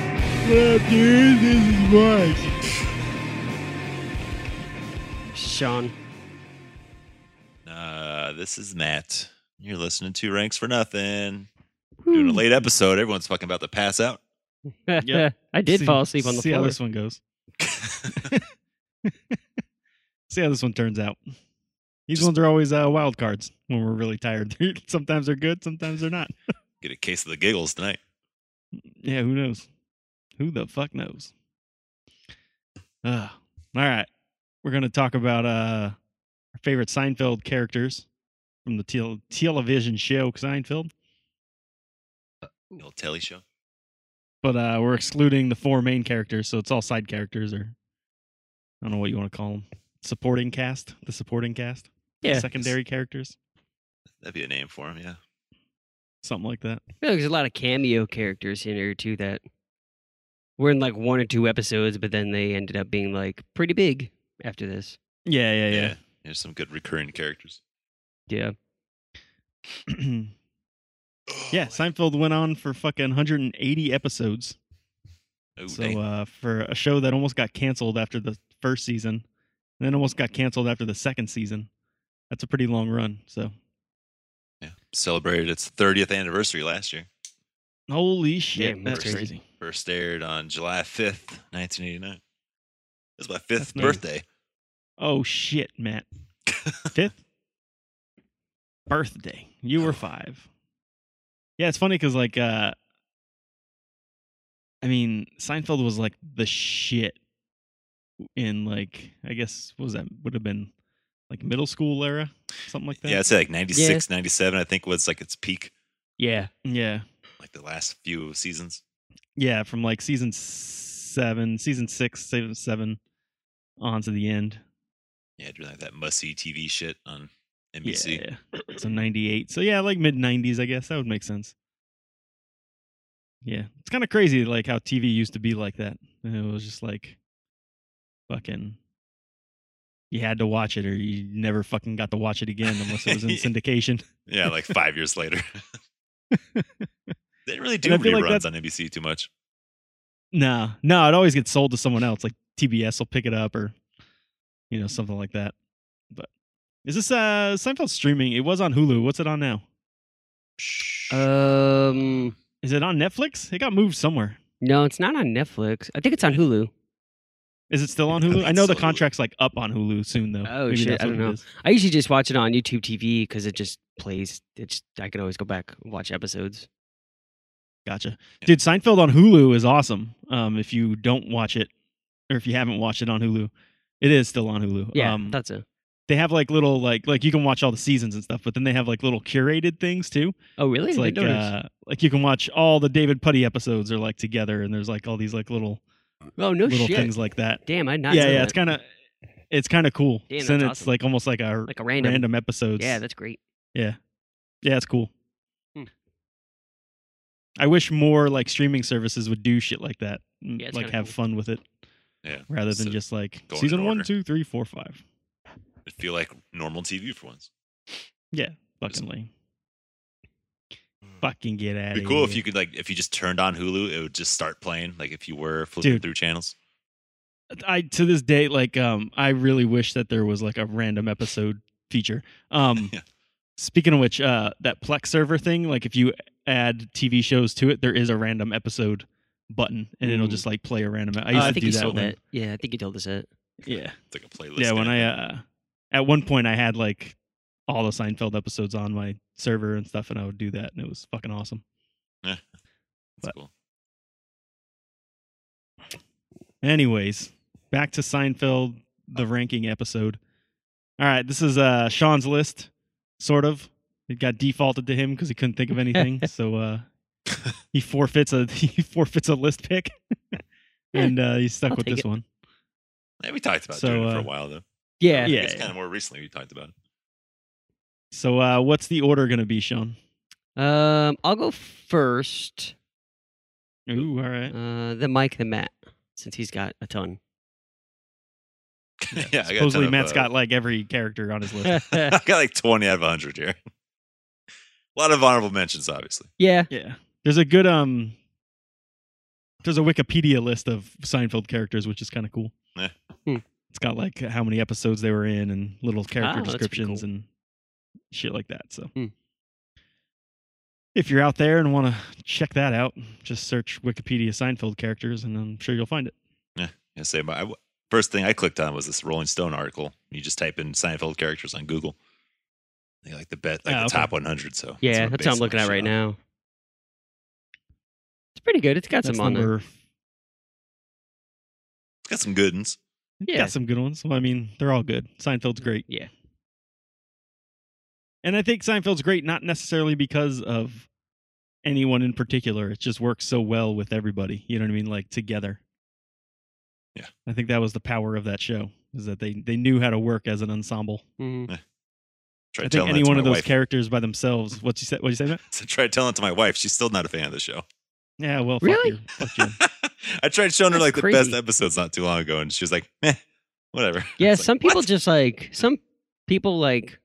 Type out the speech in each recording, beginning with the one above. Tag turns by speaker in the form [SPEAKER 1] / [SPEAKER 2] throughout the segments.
[SPEAKER 1] up, dude? This is Mike.
[SPEAKER 2] Sean.
[SPEAKER 3] Uh, this is Matt. You're listening to Ranks for Nothing. Doing
[SPEAKER 1] Hmm.
[SPEAKER 3] a late episode. Everyone's fucking about to pass out.
[SPEAKER 1] Yep.
[SPEAKER 2] I did
[SPEAKER 1] See-
[SPEAKER 2] fall asleep on the
[SPEAKER 1] see
[SPEAKER 2] floor.
[SPEAKER 1] how this one goes. see how this one turns out. These
[SPEAKER 3] Just-
[SPEAKER 1] ones are always uh, wild cards when we're really tired. sometimes they're good, sometimes they're not.
[SPEAKER 3] Get a case of the giggles tonight.
[SPEAKER 1] Yeah, who knows? Who the fuck knows? Uh, all right. We're going to talk about uh, our favorite Seinfeld characters from the tel- television show Seinfeld,
[SPEAKER 3] The old telly show.
[SPEAKER 1] but uh, we're excluding the four main characters, so it's all side characters or I don't know what you want to call them. Supporting cast, the supporting cast,
[SPEAKER 2] Yeah.
[SPEAKER 1] secondary characters,
[SPEAKER 3] That'd be a name for him, yeah.
[SPEAKER 1] something like that.
[SPEAKER 2] I feel like there's a lot of cameo characters in here too that were in like one or two episodes, but then they ended up being like pretty big after this.
[SPEAKER 1] Yeah, yeah, yeah.
[SPEAKER 3] There's some good recurring characters.
[SPEAKER 2] Yeah.
[SPEAKER 1] Yeah, Seinfeld went on for fucking 180 episodes.
[SPEAKER 3] Oh, dang.
[SPEAKER 1] So uh, for a show that almost got canceled after the first season, and then almost got canceled after the second season, that's a pretty long run. So
[SPEAKER 3] yeah. Celebrated its 30th anniversary last year.
[SPEAKER 1] holy shit,
[SPEAKER 2] man,
[SPEAKER 1] that's
[SPEAKER 2] that's
[SPEAKER 1] crazy.
[SPEAKER 3] First aired on July 5th, 1989. It was my fifth
[SPEAKER 1] That's nice.
[SPEAKER 3] birthday.
[SPEAKER 1] Oh shit, Matt. Fifth birthday. You were five. Yeah, it's funny because like, uh, I mean, Seinfeld was like the shit in like I guess what was that would have been like middle school era, something like that.
[SPEAKER 3] Yeah, I'd say like 96, 97, I think was like its peak,
[SPEAKER 2] Yeah.
[SPEAKER 1] Yeah.
[SPEAKER 3] like the last few seasons.
[SPEAKER 1] yeah, from like season seven, season six, season seven, on to the end.
[SPEAKER 3] Yeah, doing like that must-see TV shit on NBC.
[SPEAKER 1] Yeah, so ninety eight. So yeah, like mid nineties, I guess that would make sense. Yeah, it's kind of crazy, like how TV used to be like that. And it was just like, fucking, you had to watch it, or you never fucking got to watch it again unless it was in syndication.
[SPEAKER 3] Yeah, like five years later. they didn't really do
[SPEAKER 1] And I feel like
[SPEAKER 3] reruns
[SPEAKER 1] that-
[SPEAKER 3] on NBC too much.
[SPEAKER 1] No, no, it always gets sold to someone else. Like TBS will pick it up or you know something like that. But is this uh Seinfeld streaming? It was on Hulu. What's it on now? Uh
[SPEAKER 2] Um
[SPEAKER 1] Is it on Netflix? It got moved somewhere.
[SPEAKER 2] no, it's not on Netflix. I think it's on Hulu.
[SPEAKER 1] Is it still on
[SPEAKER 3] I
[SPEAKER 1] Hulu?
[SPEAKER 3] think
[SPEAKER 1] I know
[SPEAKER 3] it's
[SPEAKER 1] the
[SPEAKER 3] on Hulu.
[SPEAKER 1] contract's like up on Hulu soon though.
[SPEAKER 2] Oh, shit, I
[SPEAKER 1] what
[SPEAKER 2] don't
[SPEAKER 1] it
[SPEAKER 2] know.
[SPEAKER 1] is.
[SPEAKER 2] I usually just watch it on YouTube TV because it just plays. It's I can always go back and watch episodes.
[SPEAKER 1] Gotcha.
[SPEAKER 3] Yeah.
[SPEAKER 1] Dude, Seinfeld on Hulu is awesome. Um if you don't watch it or if you haven't watched it on Hulu, it is still on Hulu.
[SPEAKER 2] Yeah,
[SPEAKER 1] um,
[SPEAKER 2] that's a.
[SPEAKER 1] they have like little like like you can watch all the seasons and stuff, but then they have like little curated things too.
[SPEAKER 2] Oh really?
[SPEAKER 1] It's
[SPEAKER 2] I
[SPEAKER 1] like
[SPEAKER 2] didn't notice.
[SPEAKER 1] uh, like you can watch all the David Putty episodes are like together, and there's like all these like little
[SPEAKER 2] oh no
[SPEAKER 1] uh, little
[SPEAKER 2] shit!
[SPEAKER 1] things like that.
[SPEAKER 2] Damn, I did not.
[SPEAKER 1] yeah,
[SPEAKER 2] know
[SPEAKER 1] yeah,
[SPEAKER 2] that.
[SPEAKER 1] it's kind of it's kind of cool.
[SPEAKER 2] Damn,
[SPEAKER 1] So
[SPEAKER 2] that's
[SPEAKER 1] then it's
[SPEAKER 2] awesome.
[SPEAKER 1] like almost like a
[SPEAKER 2] like a random.
[SPEAKER 1] random, episodes.
[SPEAKER 2] Yeah, that's great.
[SPEAKER 1] yeah, it's cool.
[SPEAKER 2] Hmm.
[SPEAKER 1] I wish more like streaming services would do shit like that, mm,
[SPEAKER 2] Yeah, it's
[SPEAKER 1] like
[SPEAKER 2] kinda
[SPEAKER 1] have
[SPEAKER 2] cool.
[SPEAKER 1] fun with it
[SPEAKER 3] Yeah.
[SPEAKER 1] rather than
[SPEAKER 3] So,
[SPEAKER 1] just like
[SPEAKER 3] going in
[SPEAKER 1] season one,
[SPEAKER 3] order.
[SPEAKER 1] two, three, four, five.
[SPEAKER 3] It feel like normal TV for once.
[SPEAKER 1] Fucking lame. Fucking get at
[SPEAKER 3] It'd
[SPEAKER 1] it.
[SPEAKER 3] be cool if you could like if you just turned on Hulu, it would just start playing. Like if you were flipping
[SPEAKER 1] Dude.
[SPEAKER 3] through channels.
[SPEAKER 1] I to this day like um I really wish that there was like a random episode feature. Um
[SPEAKER 3] Yeah.
[SPEAKER 1] speaking of which uh that Plex server thing like if you add TV shows to it there is a random episode button and it'll
[SPEAKER 2] Ooh.
[SPEAKER 1] just like play a random e-, I
[SPEAKER 3] Uh,
[SPEAKER 2] Oh,
[SPEAKER 1] used
[SPEAKER 2] I
[SPEAKER 1] to
[SPEAKER 2] think
[SPEAKER 1] do
[SPEAKER 2] you
[SPEAKER 1] that
[SPEAKER 2] sold
[SPEAKER 1] when
[SPEAKER 2] that. Yeah, I think you told us that.
[SPEAKER 1] yeah.
[SPEAKER 3] It's like a playlist.
[SPEAKER 1] Yeah, when
[SPEAKER 3] kinda
[SPEAKER 1] I
[SPEAKER 3] thing.
[SPEAKER 1] uh at one point I had like all the Seinfeld episodes on my server and stuff and I would do that and it was fucking awesome.
[SPEAKER 3] It's
[SPEAKER 1] but-
[SPEAKER 3] cool.
[SPEAKER 1] Anyways, back to Seinfeld, the ranking episode. All right, this is uh, Sean's list, sort of. It got defaulted to him because he couldn't think of anything, so uh, he forfeits a he forfeits a list pick, and uh, he's stuck
[SPEAKER 2] I'll
[SPEAKER 1] with
[SPEAKER 2] take
[SPEAKER 1] this
[SPEAKER 2] it.
[SPEAKER 1] one.
[SPEAKER 3] Yeah, we talked about
[SPEAKER 1] So,
[SPEAKER 3] doing it for
[SPEAKER 1] uh,
[SPEAKER 3] a while though.
[SPEAKER 2] Yeah.
[SPEAKER 1] Yeah.
[SPEAKER 3] It's kind of more recently we talked about it.
[SPEAKER 1] So, uh, what's the order gonna be, Sean?
[SPEAKER 2] Um, I'll go first.
[SPEAKER 1] Ooh, all right.
[SPEAKER 2] Uh, then Mike, then Matt, since he's got a ton.
[SPEAKER 3] Yeah, I got a ton
[SPEAKER 1] Supposedly,
[SPEAKER 3] of,
[SPEAKER 1] Matt's
[SPEAKER 3] uh,
[SPEAKER 1] got like every character on his list.
[SPEAKER 3] I got like twenty out of hundred here. a lot of honorable mentions, obviously.
[SPEAKER 2] yeah.
[SPEAKER 1] yeah, there's a good um, There's a Wikipedia list of Seinfeld characters, which is kind of cool.
[SPEAKER 3] Yeah.
[SPEAKER 2] Hmm.
[SPEAKER 1] It's got like how many episodes they were in and little character
[SPEAKER 2] Oh, that's pretty
[SPEAKER 1] descriptions
[SPEAKER 2] cool.
[SPEAKER 1] and shit like that. So
[SPEAKER 2] Hmm.
[SPEAKER 1] if you're out there and want to check that out, just search Wikipedia Seinfeld characters, and I'm sure you'll find it.
[SPEAKER 3] I say, but I, first thing I clicked on was this Rolling Stone article. You just type in Seinfeld characters on Google. They like the bet, like
[SPEAKER 1] Oh,
[SPEAKER 3] the
[SPEAKER 1] okay.
[SPEAKER 3] top 100. So that's
[SPEAKER 2] Yeah,
[SPEAKER 3] what
[SPEAKER 2] that's what I'm
[SPEAKER 3] based
[SPEAKER 2] looking
[SPEAKER 3] my
[SPEAKER 2] at right
[SPEAKER 3] shit on.
[SPEAKER 2] now. It's pretty good. It's got
[SPEAKER 1] That's
[SPEAKER 2] some on there.
[SPEAKER 1] number.
[SPEAKER 3] It's got some good ones.
[SPEAKER 2] Yeah.
[SPEAKER 1] Got some good ones. Well, I mean, they're all good. Seinfeld's great.
[SPEAKER 2] Yeah.
[SPEAKER 1] And I think Seinfeld's great not necessarily because of anyone in particular. It just works so well with everybody. You know what I mean? Like together.
[SPEAKER 3] Yeah.
[SPEAKER 1] I think that was the power of that show is that they they knew how to work as an ensemble.
[SPEAKER 2] Mhm.
[SPEAKER 3] Try
[SPEAKER 1] I think
[SPEAKER 3] telling
[SPEAKER 1] any
[SPEAKER 3] that to
[SPEAKER 1] one
[SPEAKER 3] my
[SPEAKER 1] of those
[SPEAKER 3] wife.
[SPEAKER 1] characters by themselves. What you said? What you say? Matt?
[SPEAKER 3] So try telling it to my wife. She's still not a fan of the show.
[SPEAKER 1] Yeah. Well.
[SPEAKER 2] Really?
[SPEAKER 1] Fuck you. Fuck
[SPEAKER 3] I tried showing her
[SPEAKER 2] That's
[SPEAKER 3] like the
[SPEAKER 2] crazy.
[SPEAKER 3] best episodes not too long ago, and she was like, "Meh, whatever."
[SPEAKER 2] Yeah,
[SPEAKER 3] It's like,
[SPEAKER 2] some people
[SPEAKER 3] "What?"
[SPEAKER 2] just like some people like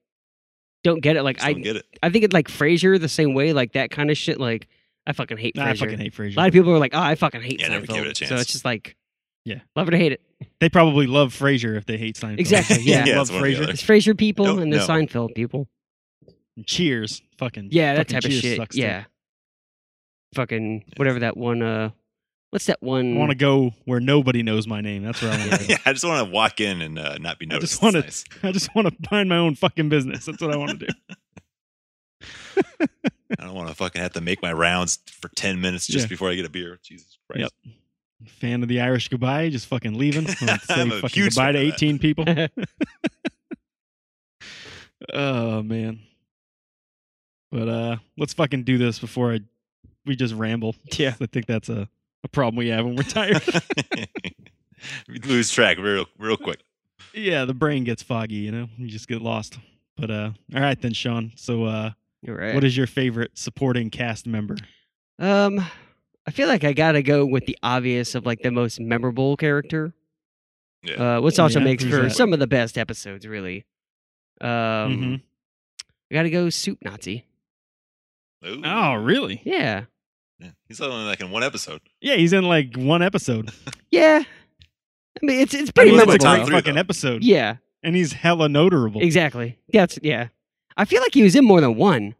[SPEAKER 2] don't get it. Like
[SPEAKER 3] Just don't
[SPEAKER 2] I,
[SPEAKER 3] get it.
[SPEAKER 2] I think it like Frasier the same way. Like that kind of shit. Like I fucking hate
[SPEAKER 1] you. Nah,
[SPEAKER 2] Frasier.
[SPEAKER 1] I fucking hate
[SPEAKER 2] A lot
[SPEAKER 1] Frasier.
[SPEAKER 2] of people are like, oh, I fucking hate
[SPEAKER 3] Yeah,
[SPEAKER 2] Seinfeld.
[SPEAKER 3] never give it a
[SPEAKER 2] So
[SPEAKER 3] chance.
[SPEAKER 2] it's just like,
[SPEAKER 1] Yeah.
[SPEAKER 2] love it or hate it.
[SPEAKER 1] They probably love Frasier if they hate Seinfeld.
[SPEAKER 2] Exactly, yeah.
[SPEAKER 1] They
[SPEAKER 3] Yeah,
[SPEAKER 1] love
[SPEAKER 3] it's one or the
[SPEAKER 1] Frasier.
[SPEAKER 3] other.
[SPEAKER 2] It's Frasier people
[SPEAKER 3] Don't
[SPEAKER 2] and the
[SPEAKER 3] know.
[SPEAKER 2] Seinfeld people.
[SPEAKER 1] Cheers. Fucking.
[SPEAKER 2] Yeah, that
[SPEAKER 1] Mm-hmm. fucking
[SPEAKER 2] type of
[SPEAKER 1] Cheers
[SPEAKER 2] shit.
[SPEAKER 1] sucks, too.
[SPEAKER 2] Yeah. Fucking whatever that one. Uh, what's that
[SPEAKER 1] I
[SPEAKER 2] one?
[SPEAKER 1] want to go where nobody knows my name. That's where I want to go.
[SPEAKER 3] yeah, I just want to walk in and uh, not be
[SPEAKER 1] I
[SPEAKER 3] noticed.
[SPEAKER 1] just wanna-
[SPEAKER 3] It's nice.
[SPEAKER 1] I just want to mind my own fucking business. That's what I want to do.
[SPEAKER 3] I don't want to fucking have to make my rounds for ten minutes just
[SPEAKER 1] Yeah.
[SPEAKER 3] before I get a beer. Jesus Christ!
[SPEAKER 1] Yep. Fan of the Irish goodbye, just fucking leaving. I'm gonna
[SPEAKER 3] I'm
[SPEAKER 1] say
[SPEAKER 3] a
[SPEAKER 1] fucking
[SPEAKER 3] huge fan
[SPEAKER 1] goodbye to
[SPEAKER 3] of that.
[SPEAKER 1] 18 people. oh man. But uh let's fucking do this before I we just ramble. Yeah. I think that's a, a problem we have when we're tired.
[SPEAKER 3] we lose track real real quick.
[SPEAKER 1] yeah, the brain gets foggy, you know. You just get lost. But uh all right then, Sean. So uh
[SPEAKER 2] You're right.
[SPEAKER 1] what is your favorite supporting cast member?
[SPEAKER 2] Um, I feel like I gotta go with the obvious of like the most memorable character.
[SPEAKER 3] Yeah.
[SPEAKER 2] Uh, which also
[SPEAKER 1] Yeah,
[SPEAKER 2] makes
[SPEAKER 1] who's
[SPEAKER 2] for
[SPEAKER 1] that?
[SPEAKER 2] some of the best episodes, really. Um,
[SPEAKER 1] Mhm.
[SPEAKER 2] I gotta go Soup Nazi.
[SPEAKER 1] Mm-hmm.
[SPEAKER 3] Ooh.
[SPEAKER 1] really?
[SPEAKER 2] Yeah,
[SPEAKER 3] Yeah. He's only like in one episode.
[SPEAKER 1] Yeah, he's in like one episode.
[SPEAKER 2] yeah. I mean, it's it's
[SPEAKER 1] I
[SPEAKER 2] pretty
[SPEAKER 1] mean, it's a
[SPEAKER 2] memorable.
[SPEAKER 3] top
[SPEAKER 1] great
[SPEAKER 3] three,
[SPEAKER 1] fucking
[SPEAKER 3] though.
[SPEAKER 1] episode.
[SPEAKER 2] yeah,
[SPEAKER 1] And he's hella notable.
[SPEAKER 2] exactly. Yeah, it's, yeah. I feel like he was in more than one.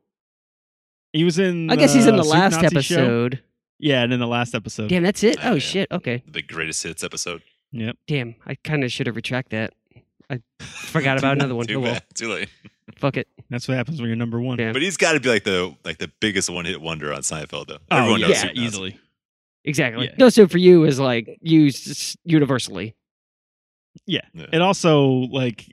[SPEAKER 1] He was in.
[SPEAKER 2] I guess he's in
[SPEAKER 1] uh,
[SPEAKER 2] the
[SPEAKER 1] Soup
[SPEAKER 2] last
[SPEAKER 1] Nazi show.
[SPEAKER 2] episode.
[SPEAKER 1] Yeah, and in the last episode.
[SPEAKER 2] Damn, that's it.
[SPEAKER 3] Ah,
[SPEAKER 2] Oh
[SPEAKER 3] yeah.
[SPEAKER 2] shit. Okay.
[SPEAKER 3] The greatest hits episode.
[SPEAKER 1] Yep.
[SPEAKER 2] Damn, I kind of should have retract that. I forgot about another one.
[SPEAKER 3] Too
[SPEAKER 2] Oh, well,
[SPEAKER 3] bad. Too late.
[SPEAKER 2] fuck it.
[SPEAKER 1] That's what happens when you're number one.
[SPEAKER 2] Yeah.
[SPEAKER 3] But he's got to be like the like the biggest one hit wonder on Seinfeld though.
[SPEAKER 1] Oh,
[SPEAKER 3] Everyone
[SPEAKER 1] yeah,
[SPEAKER 3] knows
[SPEAKER 2] yeah,
[SPEAKER 3] Soup Nazi.
[SPEAKER 1] easily.
[SPEAKER 2] Exactly.
[SPEAKER 1] Yeah.
[SPEAKER 2] No, so for you is like used s- universally.
[SPEAKER 1] It also like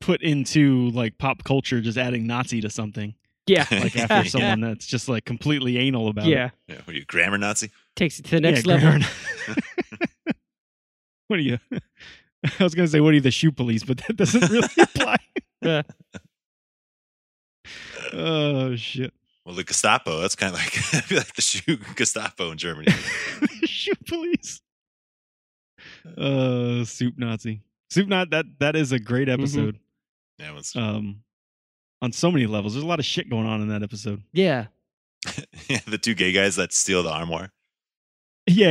[SPEAKER 1] put into like pop culture, just adding Nazi to something.
[SPEAKER 2] Yeah.
[SPEAKER 1] Like after someone that's just like completely anal about it.
[SPEAKER 2] yeah.
[SPEAKER 3] Yeah, what are you, grammar Nazi?
[SPEAKER 2] Takes it to the next
[SPEAKER 1] Yeah,
[SPEAKER 2] level.
[SPEAKER 1] Garen. what are you? I was gonna say, what are you, the shoe police? But that doesn't really apply.
[SPEAKER 2] Yeah.
[SPEAKER 1] oh shit!
[SPEAKER 3] Well, the Gestapo. That's kind of like I feel like the shoe Gestapo in Germany.
[SPEAKER 1] the shoe police. Uh, soup Nazi. Soup Nazi. That that is a great
[SPEAKER 2] Mm-hmm.
[SPEAKER 1] episode.
[SPEAKER 3] Yeah, it's,
[SPEAKER 2] Oh.
[SPEAKER 1] Um, on so many levels, there's a lot of shit going on in that episode.
[SPEAKER 2] Yeah.
[SPEAKER 3] yeah, the two gay guys that steal the armoire.
[SPEAKER 1] Yeah,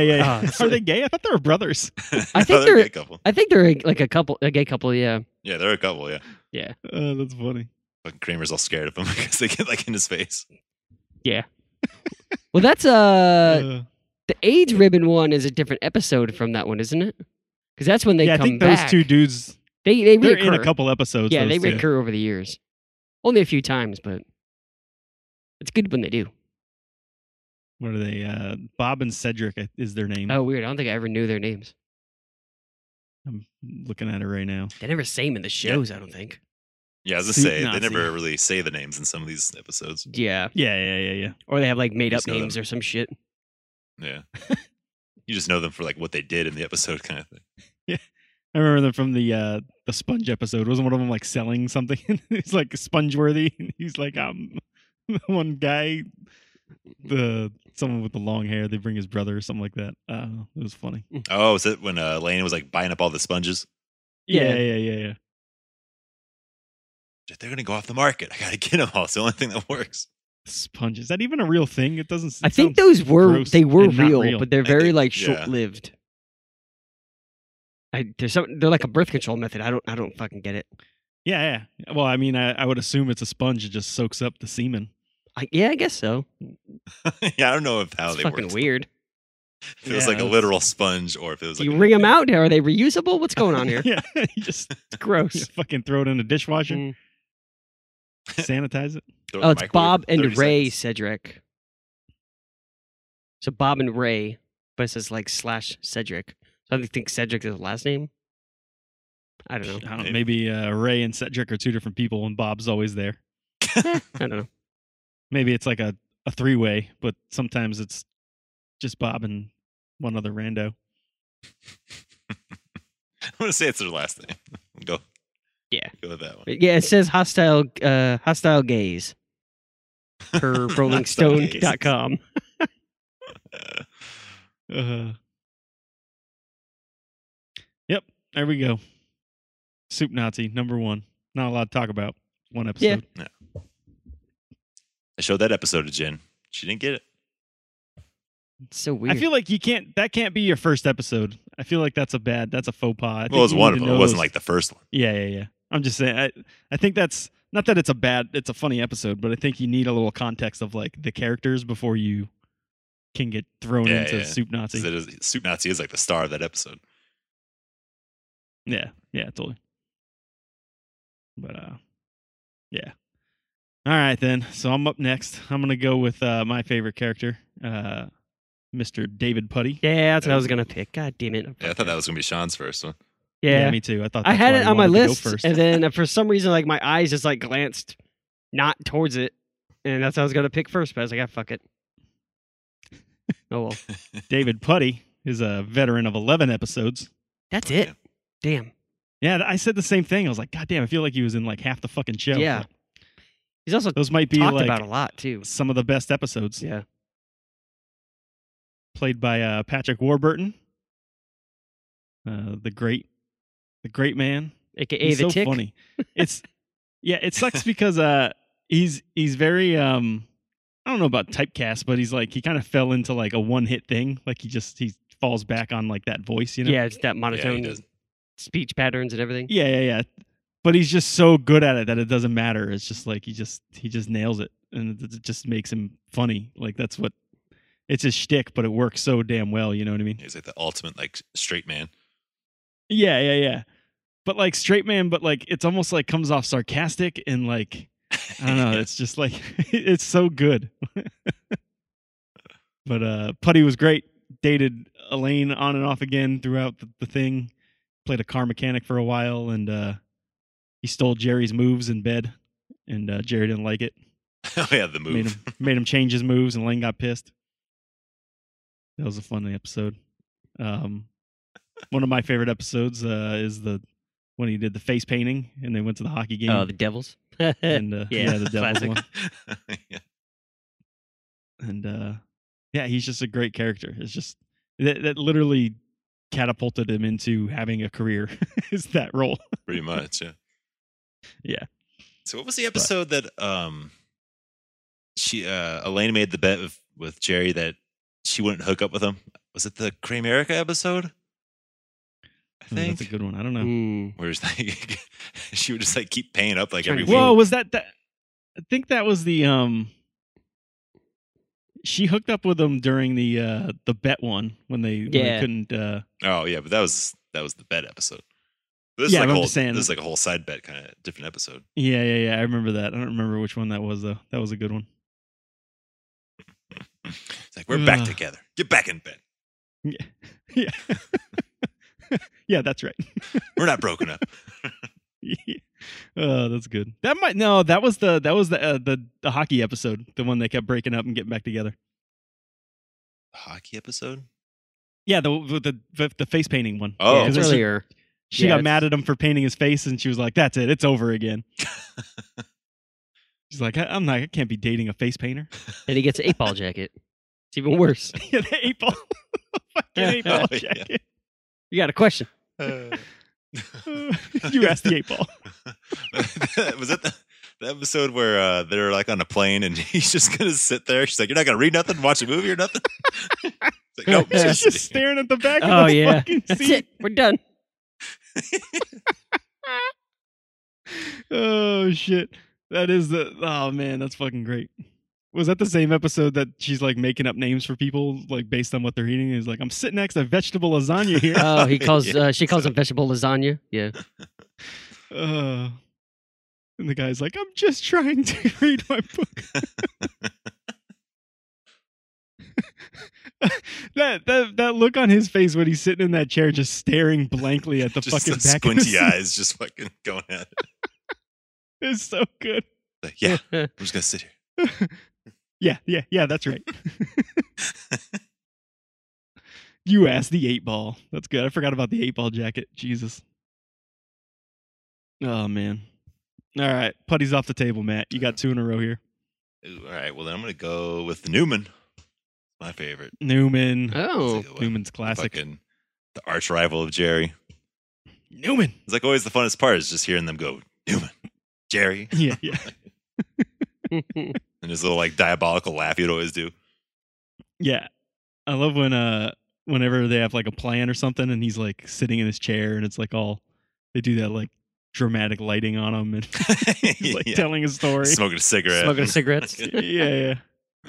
[SPEAKER 1] yeah.
[SPEAKER 2] yeah.
[SPEAKER 1] yeah. Are they gay? I thought they were brothers.
[SPEAKER 3] I
[SPEAKER 2] Uh, think
[SPEAKER 3] they're
[SPEAKER 2] they're-
[SPEAKER 3] a gay couple.
[SPEAKER 2] I think they're like a couple, a gay couple. Yeah.
[SPEAKER 3] Yeah, they're a couple. Yeah,
[SPEAKER 1] Uh, that's funny.
[SPEAKER 3] fucking Kramer's all scared of them because they get like in his face.
[SPEAKER 2] Well, that's uh
[SPEAKER 1] Uh,
[SPEAKER 2] the age ribbon one is a different episode from that one, isn't it? Because that's when they
[SPEAKER 1] yeah, I
[SPEAKER 2] come
[SPEAKER 1] think
[SPEAKER 2] back.
[SPEAKER 1] those two dudes.
[SPEAKER 2] they they
[SPEAKER 1] They're
[SPEAKER 2] reoccur.
[SPEAKER 1] in a couple episodes.
[SPEAKER 2] yeah,
[SPEAKER 1] those
[SPEAKER 2] they
[SPEAKER 1] two.
[SPEAKER 2] recur over the years. Only a few times, but it's good when they do.
[SPEAKER 1] What are they? Uh, Bob and Cedric I- is their name.
[SPEAKER 2] Oh, weird. I don't think I ever knew their names.
[SPEAKER 1] I'm looking at it right now.
[SPEAKER 2] They never say 'em in the shows. I don't think.
[SPEAKER 3] Yeah, I was gonna
[SPEAKER 1] Soup
[SPEAKER 3] say
[SPEAKER 1] Nazi.
[SPEAKER 3] they never really say the names in some of these episodes.
[SPEAKER 2] Yeah.
[SPEAKER 1] Yeah, yeah, yeah, yeah.
[SPEAKER 2] Or they have like made up
[SPEAKER 3] Just know
[SPEAKER 2] names
[SPEAKER 3] them.
[SPEAKER 2] or some shit.
[SPEAKER 3] Yeah, you just know them for like what they did in the episode, kind of thing.
[SPEAKER 1] I remember them from the uh, the sponge episode. Wasn't one of them like selling something? He's like sponge-worthy. And he's like, um, the one guy, the someone with the long hair. They bring his brother or something like that. Uh, it was funny.
[SPEAKER 3] Oh, was it when uh, Lane was like buying up all the sponges?
[SPEAKER 1] Yeah,
[SPEAKER 2] Yeah.
[SPEAKER 1] yeah, yeah, yeah.
[SPEAKER 3] They're gonna go off the market. I gotta get them all. It's the only thing that works.
[SPEAKER 1] Sponge. Is that even a real thing? It doesn't.
[SPEAKER 2] I
[SPEAKER 1] it
[SPEAKER 2] think
[SPEAKER 1] sounds
[SPEAKER 2] those were
[SPEAKER 1] gross
[SPEAKER 2] they were
[SPEAKER 1] and not
[SPEAKER 2] real,
[SPEAKER 1] real.
[SPEAKER 2] but they're
[SPEAKER 3] I think-
[SPEAKER 2] very like
[SPEAKER 3] yeah.
[SPEAKER 2] short lived. I there's some they're like a birth control method. I don't I don't fucking get it.
[SPEAKER 1] Yeah, yeah. Well, I mean, I, I would assume it's a sponge that just soaks up the semen.
[SPEAKER 2] I, yeah, I guess so.
[SPEAKER 3] yeah, I don't know if how
[SPEAKER 2] it's
[SPEAKER 3] Oh, they
[SPEAKER 2] fucking
[SPEAKER 3] worked.
[SPEAKER 2] weird.
[SPEAKER 3] If it was
[SPEAKER 1] Yeah,
[SPEAKER 3] like a
[SPEAKER 1] that's-
[SPEAKER 3] literal sponge, or if it was
[SPEAKER 2] Do
[SPEAKER 3] like
[SPEAKER 2] you
[SPEAKER 3] a-
[SPEAKER 2] wring them out? Are they reusable? What's going on here?
[SPEAKER 1] yeah, you just
[SPEAKER 2] It's
[SPEAKER 1] you
[SPEAKER 2] gross.
[SPEAKER 1] fucking throw it in the dishwasher,
[SPEAKER 2] Mm.
[SPEAKER 1] sanitize it.
[SPEAKER 3] throw it in
[SPEAKER 2] Oh,
[SPEAKER 3] the
[SPEAKER 2] it's
[SPEAKER 3] microwave
[SPEAKER 2] Bob
[SPEAKER 3] for 30
[SPEAKER 2] and Ray
[SPEAKER 3] seconds.
[SPEAKER 2] Cedric. So Bob and Ray, but it says like slash Cedric. So I don't think Cedric is the last name. I don't know.
[SPEAKER 1] I don't. Maybe uh, Ray and Cedric are two different people, and Bob's always there.
[SPEAKER 2] Eh, I don't know.
[SPEAKER 1] Maybe it's like a a three way, but sometimes it's just Bob and one other rando.
[SPEAKER 3] I'm gonna say it's their last name. Go.
[SPEAKER 2] Yeah.
[SPEAKER 3] Go with that one.
[SPEAKER 2] But yeah, it says hostile uh hostile gaze per rollingstone.com.
[SPEAKER 3] Uh,
[SPEAKER 1] Uh, yep, there we go. Soup Nazi number one. Not a lot to talk about. One episode.
[SPEAKER 2] Yeah.
[SPEAKER 3] I showed that episode to Jen. She didn't get it.
[SPEAKER 2] It's so
[SPEAKER 1] I
[SPEAKER 2] weird.
[SPEAKER 1] feel like you can't. That can't be your first episode. I feel like that's a bad. That's a faux pas. I think
[SPEAKER 3] Well, it was
[SPEAKER 1] you
[SPEAKER 3] one
[SPEAKER 1] need
[SPEAKER 3] of
[SPEAKER 1] to
[SPEAKER 3] them. It
[SPEAKER 1] know
[SPEAKER 3] wasn't
[SPEAKER 1] those-
[SPEAKER 3] like the first one.
[SPEAKER 1] Yeah, yeah, yeah. I'm just saying. I I think that's not that it's a bad. It's a funny episode, but I think you need a little context of like the characters before you can get thrown
[SPEAKER 3] Yeah,
[SPEAKER 1] into
[SPEAKER 3] yeah.
[SPEAKER 1] soup Nazi.
[SPEAKER 3] 'Cause It is, Soup Nazi is like the star of that episode.
[SPEAKER 1] Yeah, yeah, totally. But uh yeah. All right then. So I'm up next. I'm gonna go with uh my favorite character, uh Mr. David Putty.
[SPEAKER 2] yeah, that's what I was gonna pick. God damn it!
[SPEAKER 3] Yeah, I thought that was gonna be Sean's first one.
[SPEAKER 2] Yeah,
[SPEAKER 1] me too. I thought
[SPEAKER 2] I
[SPEAKER 1] that's
[SPEAKER 2] had
[SPEAKER 1] why
[SPEAKER 2] it
[SPEAKER 1] you
[SPEAKER 2] on my
[SPEAKER 1] wanted to go
[SPEAKER 2] list,
[SPEAKER 1] first.
[SPEAKER 2] and then uh, for some reason, like my eyes just like glanced not towards it, and that's what I was gonna pick first. But I was like, ah, fuck it. Oh well,
[SPEAKER 1] David Putty is a veteran of 11 episodes.
[SPEAKER 2] that's it. Damn.
[SPEAKER 1] Yeah, th- I said the same thing. I was like, God damn, I feel like he was in like half the fucking show.
[SPEAKER 2] Yeah.
[SPEAKER 1] Like,
[SPEAKER 2] He's also
[SPEAKER 1] those might be
[SPEAKER 2] talked
[SPEAKER 1] like
[SPEAKER 2] about a lot too.
[SPEAKER 1] some of the best episodes.
[SPEAKER 2] Yeah.
[SPEAKER 1] played by uh, Patrick Warburton, uh, the great, the great man.
[SPEAKER 2] AKA
[SPEAKER 1] he's
[SPEAKER 2] the
[SPEAKER 1] so
[SPEAKER 2] tick.
[SPEAKER 1] funny. It's yeah, it sucks because uh, he's he's very um, I don't know about typecast, but he's like he kind of fell into like a one hit thing. Like he just he falls back on like that voice, you know.
[SPEAKER 2] Yeah, it's that
[SPEAKER 3] Yeah, he
[SPEAKER 2] monotone
[SPEAKER 3] does.
[SPEAKER 2] speech patterns and everything.
[SPEAKER 1] yeah, yeah, yeah. But he's just so good at it that it doesn't matter. It's just like he just he just nails it, and it it just makes him funny. Like that's what it's his shtick, but it works so damn well. You know what I mean?
[SPEAKER 3] He's like the ultimate like straight man.
[SPEAKER 1] Yeah, yeah, yeah. But like straight man, but like it's almost like comes off sarcastic and like I don't know. It's just like it's so good. but uh Putty was great. Dated Elaine on and off again throughout the, the thing. Played a car mechanic for a while, and uh he stole Jerry's moves in bed, and uh, Jerry didn't like it.
[SPEAKER 3] oh yeah, the
[SPEAKER 1] Made
[SPEAKER 3] move.
[SPEAKER 1] him made him change his moves, and Elaine got pissed. That was a fun episode. Um, one of my favorite episodes uh, is the when he did the face painting, and they went to the hockey game.
[SPEAKER 2] Oh, the devils.
[SPEAKER 1] and uh, yeah,
[SPEAKER 2] yeah,
[SPEAKER 1] the Devils
[SPEAKER 2] classic.
[SPEAKER 1] one.
[SPEAKER 3] yeah.
[SPEAKER 1] And uh, yeah, he's just a great character. It's just that, that literally catapulted him into having a career. is that role?
[SPEAKER 3] Pretty much, yeah.
[SPEAKER 1] Yeah.
[SPEAKER 3] So what was the episode that um she uh Elaine made the bet with, with Jerry that she wouldn't hook up with him? Was it the Kramerica episode? I
[SPEAKER 1] Oh,
[SPEAKER 3] think
[SPEAKER 1] that's a good one. I don't know.
[SPEAKER 2] Mm.
[SPEAKER 3] where it's like she would just like keep paying up like
[SPEAKER 2] Trying
[SPEAKER 3] every
[SPEAKER 2] to
[SPEAKER 3] week.
[SPEAKER 2] think-
[SPEAKER 1] Whoa, was that that? I think that was the um. She hooked up with him during the uh the bet one when they, when they
[SPEAKER 2] Yeah.
[SPEAKER 1] couldn't. uh
[SPEAKER 3] Oh yeah, but that was that was the bet episode. This
[SPEAKER 1] Yeah,
[SPEAKER 3] is like
[SPEAKER 1] but
[SPEAKER 3] a
[SPEAKER 1] I'm
[SPEAKER 3] whole,
[SPEAKER 1] just saying-
[SPEAKER 3] this is like a whole side bet kind of different episode.
[SPEAKER 1] Yeah, yeah, yeah. I remember that. I don't remember which one that was though. That was a good one.
[SPEAKER 3] It's like we're back
[SPEAKER 1] Ugh.
[SPEAKER 3] together. Get back in bed.
[SPEAKER 1] Yeah. yeah, that's right.
[SPEAKER 3] We're not broken up.
[SPEAKER 1] oh, that's good. That might no. That was the that was the uh, the the hockey episode. The one they kept breaking up and getting back together.
[SPEAKER 3] Hockey episode?
[SPEAKER 1] Yeah, the with the the, the face painting one.
[SPEAKER 3] Oh.
[SPEAKER 2] Yeah,
[SPEAKER 1] Because
[SPEAKER 2] it's
[SPEAKER 1] it's-
[SPEAKER 2] earlier.
[SPEAKER 1] She
[SPEAKER 2] Yeah,
[SPEAKER 1] got
[SPEAKER 2] it's-
[SPEAKER 1] mad at him for painting his face, and she was like, "That's it. It's over again." She's like, I- "I'm not. I can't be dating a face painter."
[SPEAKER 2] And he gets an eight ball jacket. It's even worse.
[SPEAKER 1] yeah, the eight ball, fucking eight ball
[SPEAKER 3] Oh, yeah.
[SPEAKER 1] jacket.
[SPEAKER 2] You got a question.
[SPEAKER 3] Uh,
[SPEAKER 1] you asked the eight ball.
[SPEAKER 3] was that the the episode where uh, they're like on a plane and he's just gonna sit there. She's like, "You're not gonna read nothing, watch a movie or nothing." It's like, nope.
[SPEAKER 2] Yeah.
[SPEAKER 1] She's just staring at the back of
[SPEAKER 2] Oh,
[SPEAKER 1] the
[SPEAKER 2] yeah.
[SPEAKER 1] fucking
[SPEAKER 2] That's
[SPEAKER 1] seat.
[SPEAKER 2] it. We're done.
[SPEAKER 1] Oh shit. That is the oh man, that's fucking great. Was that the same episode that she's like making up names for people like based on what they're eating? Is like I'm sitting next to vegetable lasagna here.
[SPEAKER 2] Oh, he calls.
[SPEAKER 3] Yeah,
[SPEAKER 2] Uh, she calls him vegetable lasagna. Yeah.
[SPEAKER 1] Uh, and the guy's like, I'm just trying to read my book. that that that look on his face when he's sitting in that chair, just staring blankly at the
[SPEAKER 3] just
[SPEAKER 1] fucking
[SPEAKER 3] the
[SPEAKER 1] back of the
[SPEAKER 3] squinty
[SPEAKER 1] seat
[SPEAKER 3] eyes, just fucking going at it.
[SPEAKER 1] is so good.
[SPEAKER 3] Like, yeah, I'm just gonna sit here.
[SPEAKER 1] Yeah, yeah, yeah, that's right. you asked the eight ball. That's good. I forgot about the eight ball jacket. Jesus. Oh man. All right. Putty's off the table, Matt. You got two in a row here.
[SPEAKER 3] Ooh, all right, well then I'm gonna go with Newman. My favorite.
[SPEAKER 1] Newman.
[SPEAKER 2] oh.
[SPEAKER 3] It's like a-
[SPEAKER 1] Newman's classic.
[SPEAKER 3] Fucking the arch rival of Jerry.
[SPEAKER 1] Newman.
[SPEAKER 3] It's like always the funnest part is just hearing them go Newman, Jerry,
[SPEAKER 1] Yeah, yeah.
[SPEAKER 3] and his little like diabolical laugh he'd always do.
[SPEAKER 1] Yeah. I love when uh whenever they have like a plan or something and he's like sitting in his chair and it's like all they do that like dramatic lighting on him and he's like
[SPEAKER 3] Yeah.
[SPEAKER 1] telling his story.
[SPEAKER 3] Smoking a cigarette.
[SPEAKER 2] Smoking a cigarette.
[SPEAKER 1] yeah,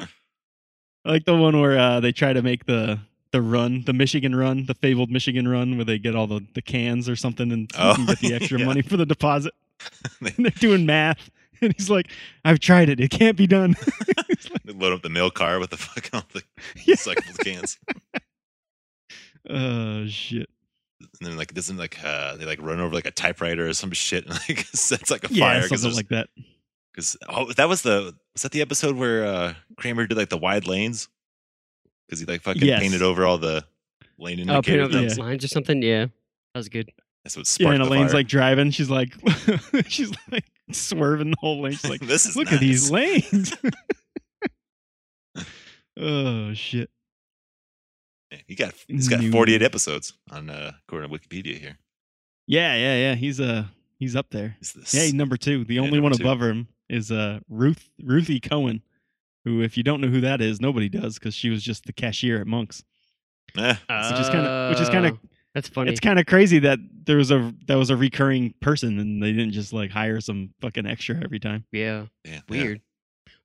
[SPEAKER 1] yeah. I like the one where uh, they try to make the the run, the Michigan run, the fabled Michigan run, where they get all the, the cans or something and you
[SPEAKER 3] Oh,
[SPEAKER 1] can get the extra
[SPEAKER 3] yeah.
[SPEAKER 1] money for the deposit.
[SPEAKER 3] They-
[SPEAKER 1] and they're doing math, and he's like, "I've tried it; it can't be done." It's like,
[SPEAKER 3] They load up the mail car with the fuck all the
[SPEAKER 1] Yeah.
[SPEAKER 3] recyclable cans,
[SPEAKER 1] oh shit!
[SPEAKER 3] and then like doesn't like uh, they like run over like a typewriter or some shit and like sets like a
[SPEAKER 1] Yeah,
[SPEAKER 3] fire because
[SPEAKER 1] something like that.
[SPEAKER 3] oh that was the was that the episode where uh, Kramer did like the wide lanes because he like fucking
[SPEAKER 1] Yes.
[SPEAKER 3] painted over all the lane
[SPEAKER 2] Oh, put
[SPEAKER 3] indicators.
[SPEAKER 2] over those
[SPEAKER 1] Yeah.
[SPEAKER 2] lines or something. Yeah. That was good.
[SPEAKER 3] That's what
[SPEAKER 1] Yeah,
[SPEAKER 3] sparked
[SPEAKER 1] and
[SPEAKER 3] the
[SPEAKER 1] Elaine's
[SPEAKER 3] fire.
[SPEAKER 1] like driving. She's like, she's like swerving the whole lane. She's like,
[SPEAKER 3] this is
[SPEAKER 1] Look at these
[SPEAKER 3] nice.
[SPEAKER 1] lanes. oh shit!
[SPEAKER 3] Man, He got he's got
[SPEAKER 1] New-
[SPEAKER 3] 48 episodes on uh, according to Wikipedia here.
[SPEAKER 1] Yeah, yeah, yeah. He's uh he's up there.
[SPEAKER 3] Is this?
[SPEAKER 1] Yeah, number two. The
[SPEAKER 3] Yeah,
[SPEAKER 1] only one
[SPEAKER 3] number two.
[SPEAKER 1] above him is uh, Ruth Ruthie Cohen, who, if you don't know who that is, nobody does because she was just the cashier at Monk's.
[SPEAKER 3] Eh,
[SPEAKER 1] So just kinda- which is kinda-
[SPEAKER 2] Oh, That's funny.
[SPEAKER 1] It's kind of crazy that there was a that was a recurring person and they didn't just like hire some fucking extra every time.
[SPEAKER 2] yeah.
[SPEAKER 3] yeah, yeah.
[SPEAKER 2] Weird.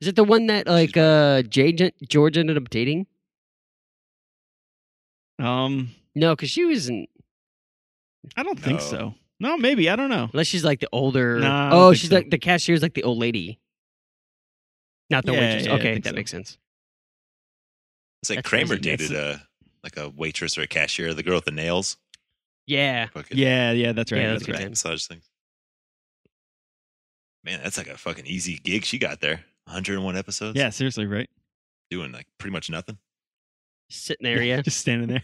[SPEAKER 2] Is it the one that like uh Jay George ended up dating?
[SPEAKER 1] Um,
[SPEAKER 2] No, because she wasn't.
[SPEAKER 1] I don't think
[SPEAKER 3] No.
[SPEAKER 1] so. No, maybe I don't know.
[SPEAKER 2] Unless she's like the older.
[SPEAKER 1] Nah, I don't
[SPEAKER 2] oh,
[SPEAKER 1] think
[SPEAKER 2] she's
[SPEAKER 1] so.
[SPEAKER 2] like the cashier's like the old lady. Not the
[SPEAKER 1] Yeah,
[SPEAKER 2] waitress.
[SPEAKER 1] yeah, I
[SPEAKER 2] okay,
[SPEAKER 1] think
[SPEAKER 2] that
[SPEAKER 1] so.
[SPEAKER 2] makes sense.
[SPEAKER 3] It's like
[SPEAKER 2] That's
[SPEAKER 3] Kramer
[SPEAKER 2] crazy.
[SPEAKER 3] dated uh like a waitress or a cashier, the girl with the nails.
[SPEAKER 2] Yeah.
[SPEAKER 3] Fucking
[SPEAKER 1] Yeah, yeah, that's right.
[SPEAKER 2] Yeah, that's
[SPEAKER 1] that's
[SPEAKER 2] a good
[SPEAKER 1] right.
[SPEAKER 2] time.
[SPEAKER 3] Massage things. Man, that's like a fucking easy gig she got there. 101 episodes.
[SPEAKER 1] Yeah, seriously, right?
[SPEAKER 3] Doing like pretty much nothing.
[SPEAKER 2] Sitting there, yeah.
[SPEAKER 1] just standing there.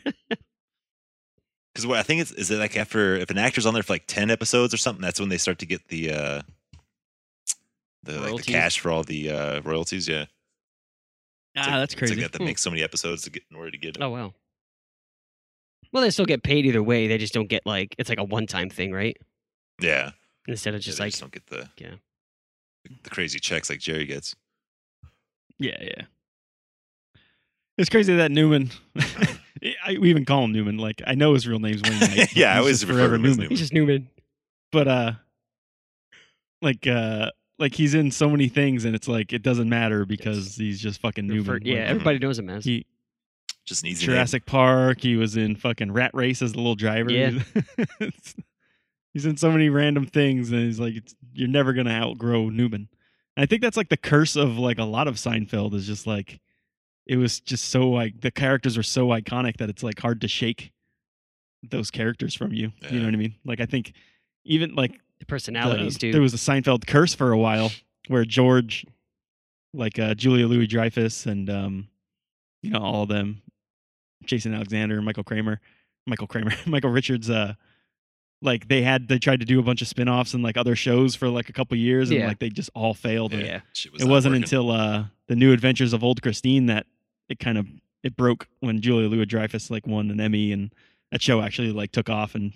[SPEAKER 3] Because what I think it's is it like after if an actor's on there for like 10 episodes or something, that's when they start to get the uh the, like the
[SPEAKER 2] Royalties?
[SPEAKER 3] cash for all the uh royalties. Yeah. It's
[SPEAKER 1] ah,
[SPEAKER 3] like-
[SPEAKER 1] that's
[SPEAKER 3] It's like they
[SPEAKER 1] crazy.
[SPEAKER 3] have to
[SPEAKER 2] Hmm.
[SPEAKER 3] make so many episodes to get in order to get it.
[SPEAKER 2] Oh wow. Well, they still get paid either way. They just don't get like it's like a one-time thing, right?
[SPEAKER 3] Yeah.
[SPEAKER 2] Instead of just
[SPEAKER 3] yeah, they
[SPEAKER 2] like
[SPEAKER 3] don't get the
[SPEAKER 2] yeah.
[SPEAKER 3] the crazy checks like Jerry gets.
[SPEAKER 1] Yeah, yeah. It's crazy that Newman. I, we even call him Newman. Like I know his real name's Wayne Knight. but
[SPEAKER 3] Yeah, I
[SPEAKER 1] he's
[SPEAKER 3] always
[SPEAKER 1] just
[SPEAKER 3] refer to
[SPEAKER 1] forever
[SPEAKER 3] him as
[SPEAKER 1] Newman.
[SPEAKER 2] he's just Newman.
[SPEAKER 1] But uh, like uh, like he's in so many things, and it's like it doesn't matter because he's just fucking Newman.
[SPEAKER 2] For- yeah,
[SPEAKER 1] Like,
[SPEAKER 2] everybody knows him as.
[SPEAKER 1] he
[SPEAKER 3] Just an easy name.
[SPEAKER 1] Jurassic Park. He was in fucking Rat Race as the little driver.
[SPEAKER 2] Yeah.
[SPEAKER 1] It's- he's in so many random things, and he's like, it's, you're never gonna outgrow Newman. And I think that's like the curse of like a lot of Seinfeld is just like it was just so like the characters were so iconic that it's like hard to shake those characters from you. You
[SPEAKER 3] Yeah.
[SPEAKER 1] know what I mean? Like I think even like
[SPEAKER 2] the
[SPEAKER 1] the-
[SPEAKER 2] personalities too.
[SPEAKER 1] There was a Seinfeld curse for a while where George, like uh, Julia Louis Dreyfus and um, you know all of them, Jason Alexander, Michael Kramer, Michael Kramer, Michael Richards, uh, like they had they tried to do a bunch of spin-offs and like other shows for like a couple years and
[SPEAKER 2] Yeah.
[SPEAKER 1] like they just all failed. and
[SPEAKER 2] yeah.
[SPEAKER 3] Shit was
[SPEAKER 1] it
[SPEAKER 3] not
[SPEAKER 1] wasn't
[SPEAKER 3] working.
[SPEAKER 1] until uh, the New Adventures of Old Christine that it kind of it broke when Julia Louis Dreyfus like won an Emmy and that show actually like took off and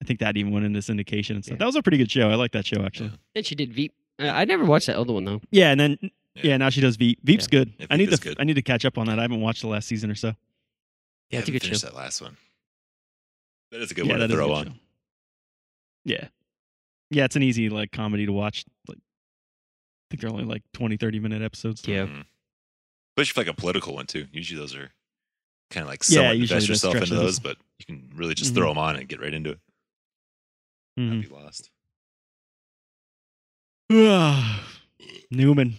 [SPEAKER 1] I think that even went into syndication and stuff.
[SPEAKER 2] Yeah.
[SPEAKER 1] That was a pretty good show. I like that show actually.
[SPEAKER 3] Yeah.
[SPEAKER 2] Then she did Veep. Uh, I never watched that other one though.
[SPEAKER 1] Yeah, and then yeah, now she does Veep. Veep's good.
[SPEAKER 3] Yeah,
[SPEAKER 1] I need
[SPEAKER 3] Veep
[SPEAKER 1] to
[SPEAKER 3] is good.
[SPEAKER 1] I need to catch up on that. I haven't watched the last season or so.
[SPEAKER 3] Yeah, I
[SPEAKER 2] it's a
[SPEAKER 3] haven't
[SPEAKER 2] good
[SPEAKER 3] finished
[SPEAKER 2] show.
[SPEAKER 3] that last one. That is a good
[SPEAKER 1] yeah,
[SPEAKER 3] one to
[SPEAKER 1] that is a
[SPEAKER 3] throw
[SPEAKER 1] good
[SPEAKER 3] on.
[SPEAKER 1] show. Yeah. Yeah, it's an easy like comedy to watch. Like I think they're only like 20, 30 minute episodes.
[SPEAKER 2] Yeah.
[SPEAKER 3] Mhm. Especially for like a political one too. Usually those are kind of like
[SPEAKER 1] Yeah,
[SPEAKER 3] somewhat
[SPEAKER 1] usually
[SPEAKER 3] invest
[SPEAKER 1] that's
[SPEAKER 3] yourself into
[SPEAKER 1] stretches. Mm-hmm.
[SPEAKER 3] those, but you can really just throw 'em throw them on and get right into it.
[SPEAKER 1] Mhm.
[SPEAKER 3] Not be lost.
[SPEAKER 1] Mm-hmm. Newman.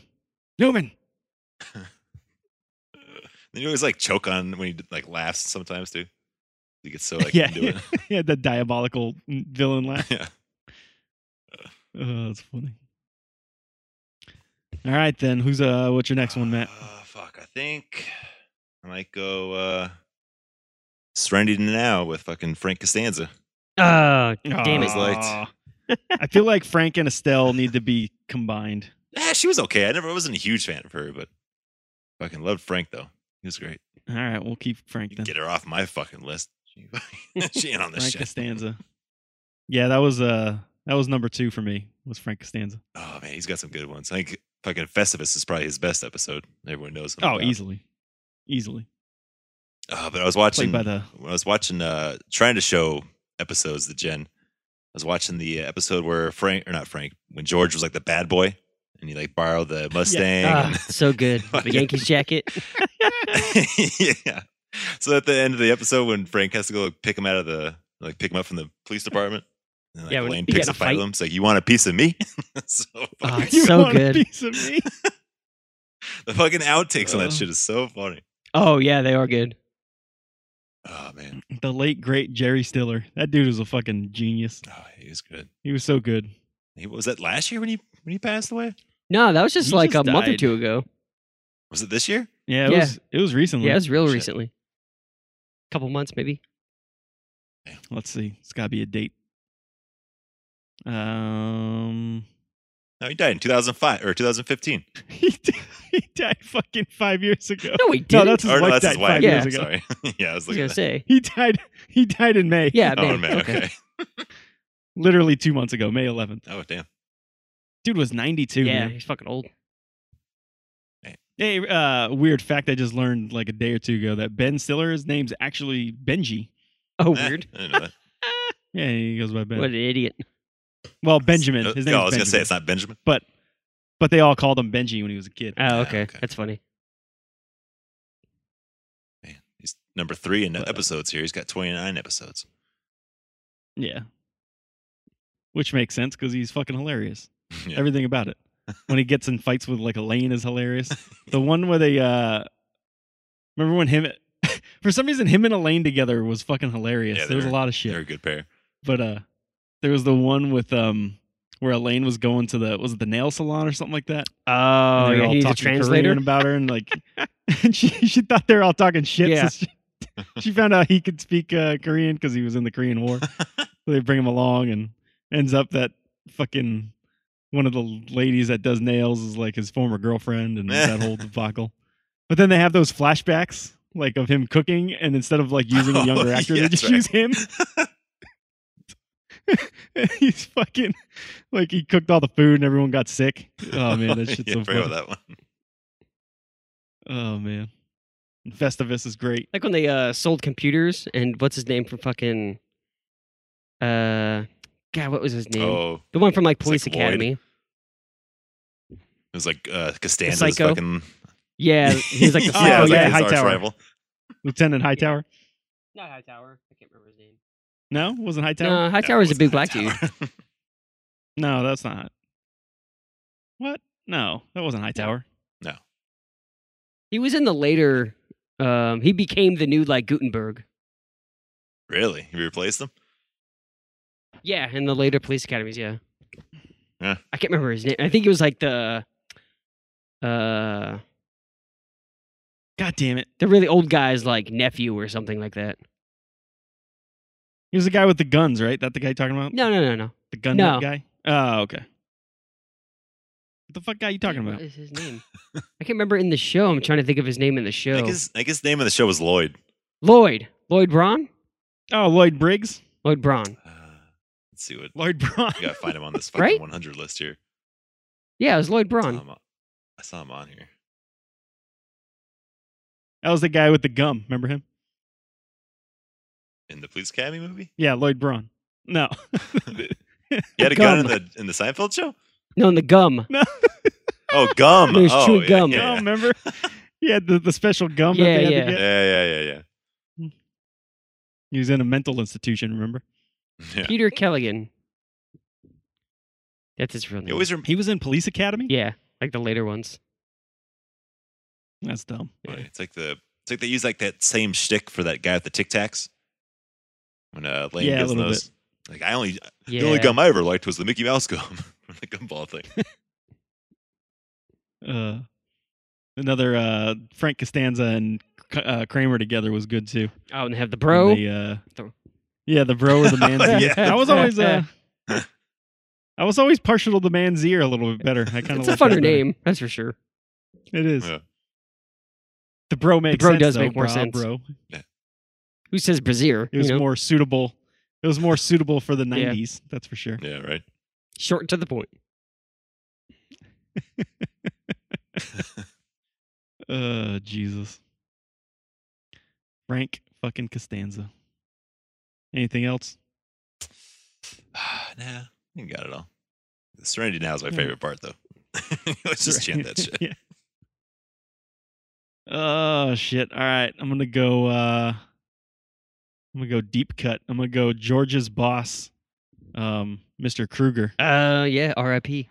[SPEAKER 1] Newman.
[SPEAKER 3] Then you always like choke on when you like laughs sometimes too. You get so like
[SPEAKER 1] Yeah.
[SPEAKER 3] into it.
[SPEAKER 1] yeah, the diabolical mm, villain laugh.
[SPEAKER 3] yeah.
[SPEAKER 1] Oh, that's funny. All right then, who's uh what's your next one, Matt?
[SPEAKER 3] Uh, fuck, I think I might go uh Serenity Now with fucking Frank Costanza.
[SPEAKER 2] Oh, damn it!
[SPEAKER 3] Aw. Lights.
[SPEAKER 1] Aw. I feel like Frank and Estelle need to be combined.
[SPEAKER 3] Ah, she was okay. I never I wasn't a huge fan of her, but fucking loved Frank though. He was great.
[SPEAKER 1] All right, we'll keep Frank
[SPEAKER 3] You
[SPEAKER 1] then.
[SPEAKER 3] can get her off my fucking list. She, she ain't on this
[SPEAKER 1] Frank
[SPEAKER 3] shit.
[SPEAKER 1] Costanza. Yeah, that was uh that was number two for me was Frank Costanza.
[SPEAKER 3] Oh man, he's got some good ones. I think fucking Festivus is probably his best episode. Everyone knows. what I'm
[SPEAKER 1] Oh,
[SPEAKER 3] about.
[SPEAKER 1] easily, easily
[SPEAKER 3] Uh, but I was
[SPEAKER 1] played
[SPEAKER 3] watching.
[SPEAKER 1] by the
[SPEAKER 3] when I was watching, uh, trying to show episodes to Jen. I was watching the uh, episode where Frank, or not Frank, when George was like the bad boy, and he like borrowed the Mustang.
[SPEAKER 2] Ah,
[SPEAKER 3] and-
[SPEAKER 2] so good. The Yankees jacket.
[SPEAKER 3] yeah. So at the end of the episode, when Frank has to go pick him out of the like pick him up from the police department, and like
[SPEAKER 2] Yeah, when
[SPEAKER 3] Elaine
[SPEAKER 2] they get
[SPEAKER 3] picks
[SPEAKER 2] in
[SPEAKER 3] a
[SPEAKER 2] a
[SPEAKER 3] fight with
[SPEAKER 2] fight.
[SPEAKER 3] him, it's like you want a piece of me. so
[SPEAKER 2] Ah,
[SPEAKER 3] fucking,
[SPEAKER 2] it's so
[SPEAKER 1] want a
[SPEAKER 2] good.
[SPEAKER 1] piece of me.
[SPEAKER 3] the fucking outtakes on
[SPEAKER 1] Uh.
[SPEAKER 3] that shit is so funny.
[SPEAKER 2] Oh yeah, they are good.
[SPEAKER 3] Oh man,
[SPEAKER 1] the late great Jerry Stiller. That dude was a fucking genius.
[SPEAKER 3] oh, he was good.
[SPEAKER 1] He was so good.
[SPEAKER 3] He, was that last year when he when he passed away?
[SPEAKER 2] No, that was just
[SPEAKER 1] He
[SPEAKER 2] like
[SPEAKER 1] just
[SPEAKER 2] a month or
[SPEAKER 1] died.
[SPEAKER 2] two ago.
[SPEAKER 3] Was it this year?
[SPEAKER 1] Yeah, it
[SPEAKER 2] Yeah.
[SPEAKER 1] was it was recently.
[SPEAKER 2] Yeah, it was real
[SPEAKER 3] Mm-hmm. Shit.
[SPEAKER 2] recently. Couple months maybe.
[SPEAKER 1] Let's see. It's got to be a date. Um
[SPEAKER 3] No, he died in 2005 or 2015.
[SPEAKER 1] he, di- he died fucking 5 years ago.
[SPEAKER 2] No, he didn't.
[SPEAKER 1] No, that's his
[SPEAKER 3] Or no,
[SPEAKER 1] wife
[SPEAKER 3] that's
[SPEAKER 1] died
[SPEAKER 3] his wife.
[SPEAKER 1] 5
[SPEAKER 2] Yeah.
[SPEAKER 1] years
[SPEAKER 3] I'm
[SPEAKER 1] ago.
[SPEAKER 3] Sorry. yeah,
[SPEAKER 2] I
[SPEAKER 3] I was
[SPEAKER 2] was
[SPEAKER 3] looking
[SPEAKER 2] gonna
[SPEAKER 3] at that.
[SPEAKER 2] say.
[SPEAKER 1] He died he died in May.
[SPEAKER 2] Yeah,
[SPEAKER 3] Oh,
[SPEAKER 2] man.
[SPEAKER 3] man.
[SPEAKER 2] okay.
[SPEAKER 3] Okay.
[SPEAKER 1] Literally 2 months ago, May 11th.
[SPEAKER 3] Oh, damn.
[SPEAKER 1] Dude was 92.
[SPEAKER 2] Yeah,
[SPEAKER 1] man.
[SPEAKER 2] he's fucking old.
[SPEAKER 1] Hey, uh weird fact I just learned like a day or two ago that Ben Stiller's name's actually Benji.
[SPEAKER 2] Oh,
[SPEAKER 3] Eh,
[SPEAKER 2] weird.
[SPEAKER 3] I didn't know that.
[SPEAKER 1] Yeah, he goes by Ben.
[SPEAKER 2] What an idiot. Oh,
[SPEAKER 1] Well, Benjamin.
[SPEAKER 3] Uh,
[SPEAKER 1] His
[SPEAKER 3] yeah,
[SPEAKER 1] name
[SPEAKER 3] I was going to
[SPEAKER 1] is
[SPEAKER 3] say
[SPEAKER 1] Benjamin.
[SPEAKER 3] it's not Benjamin.
[SPEAKER 1] but they all called him Benji when he was a kid.
[SPEAKER 2] Oh,
[SPEAKER 3] Yeah,
[SPEAKER 2] okay.
[SPEAKER 3] okay.
[SPEAKER 2] That's funny.
[SPEAKER 3] Man, he's number three in
[SPEAKER 1] But, uh,
[SPEAKER 3] episodes here. He's got 29 episodes.
[SPEAKER 1] Yeah. Which makes sense because he's fucking hilarious.
[SPEAKER 3] yeah.
[SPEAKER 1] Everything about it. When he gets in fights with like Elaine is hilarious. the one where they uh remember when him for some reason him and Elaine together was fucking hilarious.
[SPEAKER 3] Yeah,
[SPEAKER 1] there was a
[SPEAKER 3] they're-
[SPEAKER 1] lot of
[SPEAKER 3] They're
[SPEAKER 1] shit.
[SPEAKER 3] a good pair.
[SPEAKER 1] But uh there was the one with um where Elaine was going to the was it the nail salon or something like that?
[SPEAKER 2] Oh,
[SPEAKER 1] And they were
[SPEAKER 2] yeah,
[SPEAKER 1] all
[SPEAKER 2] he's a
[SPEAKER 1] talking
[SPEAKER 2] translator.
[SPEAKER 1] Korean about her and like and she she thought they were all talking shit. so
[SPEAKER 2] Yeah.
[SPEAKER 1] she, she found out he could speak uh, Korean because he was in the Korean War. So they bring him along and ends up that fucking one of the ladies that does nails is like his former girlfriend and that whole debacle. But then they have those flashbacks like of him cooking and instead of like using a
[SPEAKER 3] Oh,
[SPEAKER 1] younger actor,
[SPEAKER 3] yeah,
[SPEAKER 1] they
[SPEAKER 3] that's
[SPEAKER 1] just use him. He's fucking like he cooked all the food and everyone got sick. Oh man, that shit's
[SPEAKER 3] yeah,
[SPEAKER 1] so
[SPEAKER 3] forgot
[SPEAKER 1] funny.
[SPEAKER 3] about that one.
[SPEAKER 1] Oh man. And Festivus is great.
[SPEAKER 2] Like when they uh, sold computers and what's his name from fucking uh God, what was his name?
[SPEAKER 3] Oh, it
[SPEAKER 2] The one from like
[SPEAKER 3] It's
[SPEAKER 2] Police
[SPEAKER 3] like Lloyd.
[SPEAKER 2] Academy.
[SPEAKER 3] was like uh, Costanza's
[SPEAKER 2] psycho.
[SPEAKER 3] fucking.
[SPEAKER 2] Yeah, he was like the E
[SPEAKER 1] Oh,
[SPEAKER 3] yeah, it was
[SPEAKER 1] yeah,
[SPEAKER 3] like his arch
[SPEAKER 1] Hightower.
[SPEAKER 3] rival.
[SPEAKER 1] Lieutenant Hightower?
[SPEAKER 2] Not Hightower. I can't remember his name.
[SPEAKER 1] No? Wasn't Hightower?
[SPEAKER 2] No,
[SPEAKER 3] No,
[SPEAKER 2] Hightower is
[SPEAKER 3] it
[SPEAKER 2] a
[SPEAKER 3] wasn't
[SPEAKER 2] big black dude.
[SPEAKER 3] Hightower.
[SPEAKER 1] No, that's not. What? No, that wasn't Hightower.
[SPEAKER 2] He was in the later. Um, he became the new like Gutenberg.
[SPEAKER 3] really? You replaced him?
[SPEAKER 2] Yeah, in the later police academies. Yeah.
[SPEAKER 3] Yeah.
[SPEAKER 2] I can't remember his name. I think it was like the. Uh,
[SPEAKER 1] God damn it.
[SPEAKER 2] the really old guy's like nephew or something like that.
[SPEAKER 1] He was the guy with the guns, right? That the guy you're talking about?
[SPEAKER 2] No, no, no, no.
[SPEAKER 1] The gun
[SPEAKER 2] No.
[SPEAKER 1] nut guy? Oh, okay. What the fuck guy you talking
[SPEAKER 2] What
[SPEAKER 1] about?
[SPEAKER 2] is his name? I can't remember in the show. I'm trying to think of his name in the
[SPEAKER 3] I
[SPEAKER 2] show.
[SPEAKER 3] think, his, I think his name of the show was Lloyd.
[SPEAKER 2] Lloyd. Lloyd Braun.
[SPEAKER 1] Oh, Lloyd Briggs?
[SPEAKER 2] Lloyd Braun.
[SPEAKER 3] Uh, let's see what.
[SPEAKER 1] Lloyd Braun.
[SPEAKER 3] We got to find him on this fucking
[SPEAKER 2] Right?
[SPEAKER 3] 100 list here.
[SPEAKER 2] Yeah, it was Lloyd
[SPEAKER 3] I saw
[SPEAKER 2] Braun.
[SPEAKER 3] him on- I saw him on here.
[SPEAKER 1] That was the guy with the gum. Remember him?
[SPEAKER 3] In the Police Academy movie?
[SPEAKER 1] Yeah, Lloyd Braun. No,
[SPEAKER 3] He had a gun in
[SPEAKER 2] Gum.
[SPEAKER 3] the in the Seinfeld show?
[SPEAKER 2] No, and the gum.
[SPEAKER 3] Oh, gum.
[SPEAKER 2] He was
[SPEAKER 3] oh,
[SPEAKER 2] chewing
[SPEAKER 3] yeah,
[SPEAKER 2] gum.
[SPEAKER 1] gum.
[SPEAKER 3] Yeah,
[SPEAKER 1] Remember? He had the, the special gum that
[SPEAKER 2] Yeah,
[SPEAKER 1] they had
[SPEAKER 2] yeah.
[SPEAKER 1] to
[SPEAKER 3] yeah,
[SPEAKER 1] get.
[SPEAKER 3] yeah, yeah, yeah.
[SPEAKER 1] He was in a mental institution. Remember?
[SPEAKER 3] yeah.
[SPEAKER 2] Peter Kelligan. That's his real
[SPEAKER 3] He
[SPEAKER 2] name.
[SPEAKER 3] always rem-
[SPEAKER 1] He was in Police Academy.
[SPEAKER 2] yeah, like the later ones.
[SPEAKER 1] that's dumb.
[SPEAKER 3] Right. It's like the it's like they use like that same shtick for that guy with the Tic Tacs. When uh, Lane
[SPEAKER 1] Yeah, a
[SPEAKER 3] gives
[SPEAKER 1] little
[SPEAKER 3] those, like I only
[SPEAKER 2] Yeah.
[SPEAKER 3] the only gum I ever liked was the Mickey Mouse gum, from the gumball thing.
[SPEAKER 1] Uh, another uh, Frank Costanza and K- uh, Kramer together was good too.
[SPEAKER 2] Oh, and they have the bro.
[SPEAKER 1] The, uh,
[SPEAKER 2] The-
[SPEAKER 1] yeah, the bro or the man's
[SPEAKER 3] Yeah.
[SPEAKER 1] ear. I was always uh,
[SPEAKER 3] Yeah.
[SPEAKER 1] I was always partial to the man's ear a little bit better. I kind
[SPEAKER 2] It's
[SPEAKER 1] of
[SPEAKER 2] a funner name, that's for sure.
[SPEAKER 1] It is.
[SPEAKER 3] Yeah.
[SPEAKER 1] The bro makes
[SPEAKER 2] bro
[SPEAKER 1] sense,
[SPEAKER 2] does
[SPEAKER 1] though,
[SPEAKER 2] make more
[SPEAKER 1] brah,
[SPEAKER 2] sense.
[SPEAKER 1] Bro,
[SPEAKER 2] Who says Brazier?
[SPEAKER 1] it was
[SPEAKER 2] you know?
[SPEAKER 1] more suitable. It was more suitable for the '90s. That's for sure.
[SPEAKER 3] Yeah, right.
[SPEAKER 2] short and to the point.
[SPEAKER 1] Uh, Jesus. Frank fucking Costanza. Anything else?
[SPEAKER 3] nah, you got it all. The Serenity now is my
[SPEAKER 1] Yeah.
[SPEAKER 3] favorite part though. Let's just chant that shit.
[SPEAKER 1] yeah. Oh shit! All right, I'm gonna go. uh I'm gonna go deep cut. I'm gonna go George's boss, um, Mr. Kruger.
[SPEAKER 2] Uh, yeah, R.I.P.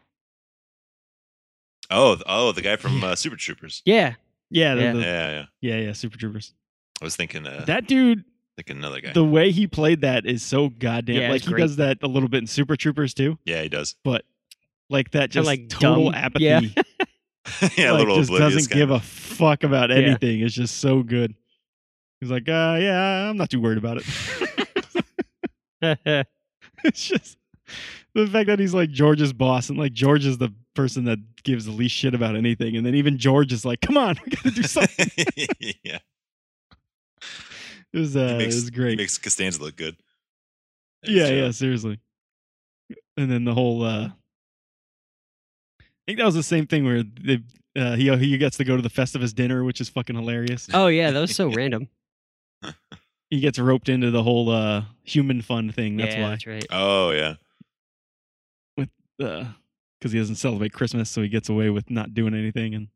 [SPEAKER 3] Oh, th- oh, the guy from uh, Super Troopers.
[SPEAKER 2] Yeah,
[SPEAKER 1] Yeah, the-
[SPEAKER 2] Yeah.
[SPEAKER 1] the-
[SPEAKER 3] Yeah,
[SPEAKER 1] yeah,
[SPEAKER 3] yeah.
[SPEAKER 1] yeah, Super Troopers.
[SPEAKER 3] I was thinking, uh,
[SPEAKER 1] That dude
[SPEAKER 3] thinking another guy.
[SPEAKER 1] the way he played that is so goddamn
[SPEAKER 2] Yeah,
[SPEAKER 1] like
[SPEAKER 2] it's
[SPEAKER 1] he
[SPEAKER 2] great.
[SPEAKER 1] does that a little bit in super troopers too
[SPEAKER 3] yeah, he does.
[SPEAKER 1] like that just
[SPEAKER 2] like,
[SPEAKER 1] total
[SPEAKER 2] dumb.
[SPEAKER 1] apathy
[SPEAKER 2] Yeah.
[SPEAKER 3] yeah, a
[SPEAKER 1] like
[SPEAKER 3] little
[SPEAKER 1] just
[SPEAKER 3] oblivious
[SPEAKER 1] doesn't
[SPEAKER 3] kind
[SPEAKER 1] give
[SPEAKER 3] of.
[SPEAKER 1] a fuck about
[SPEAKER 2] Yeah.
[SPEAKER 1] anything it's just so good he's like uh yeah i'm not too worried about it
[SPEAKER 2] yeah,
[SPEAKER 1] it's just the fact that he's like george's boss and like george is the person that gives the least shit about anything and then even george is like come on we gotta do something
[SPEAKER 3] yeah,
[SPEAKER 1] it was uh
[SPEAKER 3] He
[SPEAKER 1] it was great
[SPEAKER 3] makes Costanza look good. That is
[SPEAKER 1] yeah
[SPEAKER 3] true.
[SPEAKER 1] yeah seriously and then the whole uh i think that was the same thing where they uh, he he gets to go to the festivus dinner which is fucking hilarious
[SPEAKER 2] Oh yeah, that was so random.
[SPEAKER 1] he gets roped into the whole uh human fun thing that's
[SPEAKER 2] yeah,
[SPEAKER 1] why
[SPEAKER 2] That's right.
[SPEAKER 3] Oh yeah.
[SPEAKER 1] because he doesn't celebrate christmas so he gets away with not doing anything and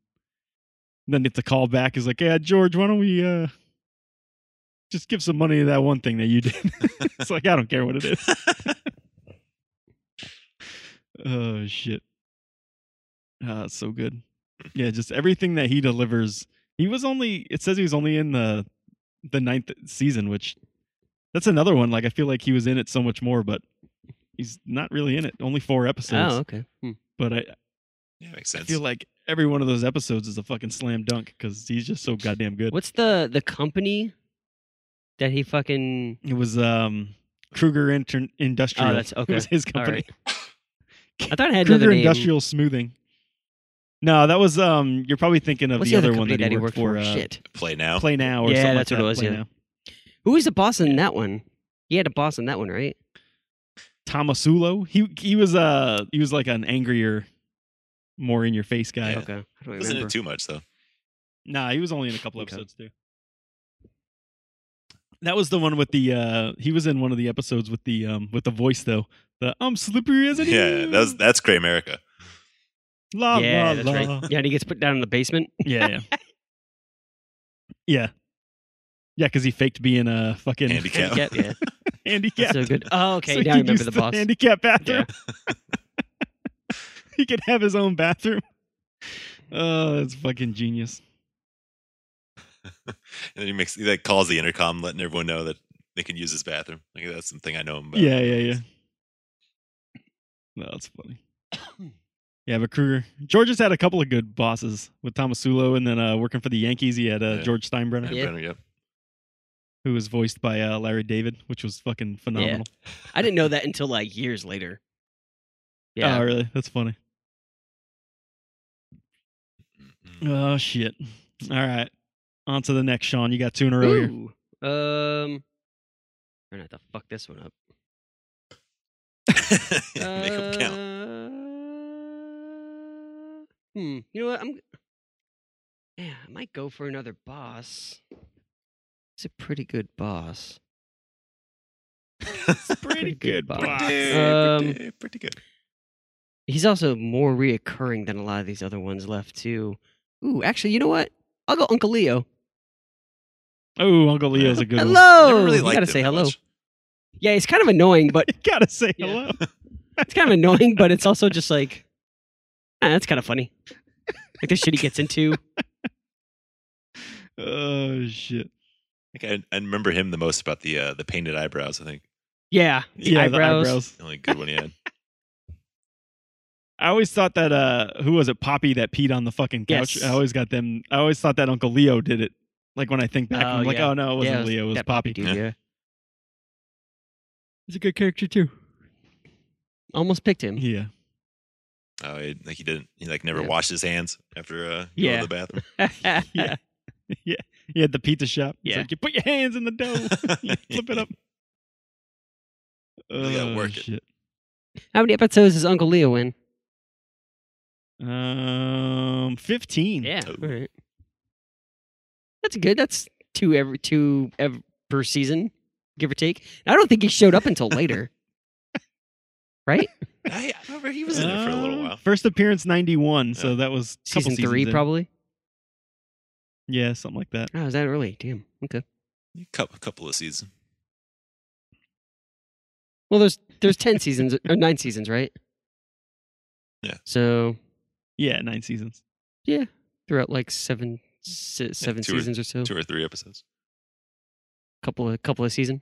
[SPEAKER 1] then it's a call back he's like yeah george why don't we uh just give some money to that one thing that you did it's like i don't care what it is Oh shit. Ah, it's so good. Yeah, just everything that he delivers. He was only it says he was only in the the ninth season, which that's another one. Like I feel like he was in it so much more, but he's not really in it. Only four episodes.
[SPEAKER 2] Oh, okay. Hmm.
[SPEAKER 1] But I,
[SPEAKER 3] yeah, makes
[SPEAKER 1] I
[SPEAKER 3] sense.
[SPEAKER 1] feel like every one of those episodes is a fucking slam dunk because he's just so goddamn good.
[SPEAKER 2] What's the the company that he fucking?
[SPEAKER 1] It was um Kruger Inter- Industrial.
[SPEAKER 2] Oh, that's- okay.
[SPEAKER 1] It was his
[SPEAKER 2] All
[SPEAKER 1] company.
[SPEAKER 2] right. I thought it had
[SPEAKER 1] Kruger
[SPEAKER 2] another name.
[SPEAKER 1] Industrial Smoothing. No, that was um. You're probably thinking of
[SPEAKER 2] What's
[SPEAKER 1] the, other one
[SPEAKER 2] company
[SPEAKER 1] that he worked for. Uh,
[SPEAKER 2] Shit.
[SPEAKER 3] Play now.
[SPEAKER 1] Play now, or
[SPEAKER 2] Yeah,
[SPEAKER 1] something
[SPEAKER 2] that's
[SPEAKER 1] like
[SPEAKER 2] what it
[SPEAKER 1] that,
[SPEAKER 2] was,
[SPEAKER 1] Play
[SPEAKER 2] yeah.
[SPEAKER 1] Now.
[SPEAKER 2] Who was the boss in that one? He had a boss in that one, right?
[SPEAKER 1] Tomasulo. He he was uh he was like an angrier, more in your face guy.
[SPEAKER 3] Yeah.
[SPEAKER 2] Okay. I don't
[SPEAKER 3] Wasn't
[SPEAKER 2] remember.
[SPEAKER 3] in too much though.
[SPEAKER 1] Nah, he was only in a couple
[SPEAKER 2] Okay.
[SPEAKER 1] episodes too. That was the one with the uh he was in one of the episodes with the um with the voice though. The I'm slippery as an
[SPEAKER 3] Yeah, that was
[SPEAKER 1] eel."
[SPEAKER 3] that's Gray America.
[SPEAKER 1] la
[SPEAKER 2] yeah,
[SPEAKER 1] la
[SPEAKER 2] that's
[SPEAKER 1] la.
[SPEAKER 2] right. Yeah, and he gets put down in the basement.
[SPEAKER 1] Yeah, yeah. yeah. Yeah, because he faked being a fucking
[SPEAKER 3] Handicap.
[SPEAKER 2] Yeah, yeah.
[SPEAKER 1] handicap.
[SPEAKER 2] That's so good. Oh, okay.
[SPEAKER 1] So
[SPEAKER 2] now
[SPEAKER 1] he
[SPEAKER 2] I
[SPEAKER 1] could
[SPEAKER 2] remember
[SPEAKER 1] use
[SPEAKER 2] the boss.
[SPEAKER 1] handicap bathroom. he could have his own bathroom. Oh, that's fucking genius.
[SPEAKER 3] And then he makes he like calls the intercom, letting everyone know that they can use his bathroom. Like that's something I know him about.
[SPEAKER 1] Yeah, yeah, yeah. No, that's funny. Yeah, but Kruger. George has had a couple of good bosses with Tomasulo, and then uh, working for the Yankees, he had uh,
[SPEAKER 3] Yeah.
[SPEAKER 1] George Steinbrenner,
[SPEAKER 3] Yeah,
[SPEAKER 2] Yeah.
[SPEAKER 3] Brenner, yep.
[SPEAKER 1] who was voiced by uh, Larry David, which was fucking phenomenal.
[SPEAKER 2] I didn't know that until like years later. Yeah.
[SPEAKER 1] Oh, really? That's funny.
[SPEAKER 3] Mm, mm.
[SPEAKER 1] Oh shit! All right, on to the next, Sean. You got two in a row here.
[SPEAKER 2] Ooh. Um. We're gonna have to fuck this one up.
[SPEAKER 3] Make him count.
[SPEAKER 2] Uh, Hmm. You know what? I'm. Yeah, I might go for another boss. It's a pretty good boss.
[SPEAKER 1] Uh, Pretty good
[SPEAKER 2] boss.
[SPEAKER 1] boss.
[SPEAKER 3] Pretty,
[SPEAKER 2] Um,
[SPEAKER 3] pretty, pretty good.
[SPEAKER 2] He's also more reoccurring than a lot of these other ones left too. Ooh, actually, you know what? I'll go Uncle Leo.
[SPEAKER 1] Oh, Uncle Leo's a good one.
[SPEAKER 2] hello.
[SPEAKER 3] Never really
[SPEAKER 2] oh, You
[SPEAKER 3] liked
[SPEAKER 2] gotta
[SPEAKER 3] it
[SPEAKER 2] say
[SPEAKER 3] that
[SPEAKER 2] hello.
[SPEAKER 3] much.
[SPEAKER 2] Yeah, he's kind of annoying, but
[SPEAKER 1] You gotta say
[SPEAKER 2] Yeah.
[SPEAKER 1] hello.
[SPEAKER 2] it's kind of annoying. But it's also just like, ah, that's kind of funny. Like the shit he gets into.
[SPEAKER 1] Oh shit.
[SPEAKER 3] I think I, I remember him the most about the uh, the painted eyebrows. I think
[SPEAKER 2] Yeah. The
[SPEAKER 1] Yeah,
[SPEAKER 2] eyebrows.
[SPEAKER 1] the eyebrows.
[SPEAKER 3] the only good one he had.
[SPEAKER 1] I always thought that uh who was it, Poppy that peed on the fucking couch?
[SPEAKER 2] Yes.
[SPEAKER 1] I always got them I always thought that Uncle Leo did it. Like when I think back,
[SPEAKER 2] Oh,
[SPEAKER 1] I'm like,
[SPEAKER 2] yeah.
[SPEAKER 1] oh no, it wasn't
[SPEAKER 2] Yeah, it was
[SPEAKER 1] Leo, it was
[SPEAKER 2] that
[SPEAKER 1] Poppy.
[SPEAKER 2] dude,
[SPEAKER 3] Yeah.
[SPEAKER 2] yeah. He's a good character too. Almost picked him.
[SPEAKER 1] Yeah.
[SPEAKER 3] Oh, he, like he didn't. He like never
[SPEAKER 2] Yeah.
[SPEAKER 3] washed his hands after uh, going
[SPEAKER 2] Yeah.
[SPEAKER 3] to the bathroom.
[SPEAKER 1] Yeah. yeah. He had the pizza shop. He's
[SPEAKER 2] Yeah.
[SPEAKER 1] like, you put your hands in the dough. Oh, You Flip it up. Oh,
[SPEAKER 3] Really gotta work it.
[SPEAKER 1] shit.
[SPEAKER 2] How many episodes is Uncle Leo in?
[SPEAKER 1] Um, fifteen.
[SPEAKER 3] Oh.
[SPEAKER 2] All right. That's good. That's two every two ev per season, give or take. And I don't think he showed up until later. right?
[SPEAKER 3] I, I remember he was in it for a little
[SPEAKER 1] Uh,
[SPEAKER 3] while.
[SPEAKER 1] First appearance ninety one, so
[SPEAKER 3] Yeah.
[SPEAKER 1] that was a couple
[SPEAKER 2] Season three,
[SPEAKER 1] seasons in.
[SPEAKER 2] probably.
[SPEAKER 1] Yeah, something like that.
[SPEAKER 2] Oh, is that early? Damn. Okay.
[SPEAKER 3] A couple, couple of seasons.
[SPEAKER 2] Well, there's there's ten seasons or nine seasons, right?
[SPEAKER 3] Yeah.
[SPEAKER 2] So
[SPEAKER 1] Yeah, nine seasons.
[SPEAKER 2] throughout like seven se- seven
[SPEAKER 3] two or-
[SPEAKER 2] seasons or so.
[SPEAKER 3] two or three episodes.
[SPEAKER 2] couple of couple of season.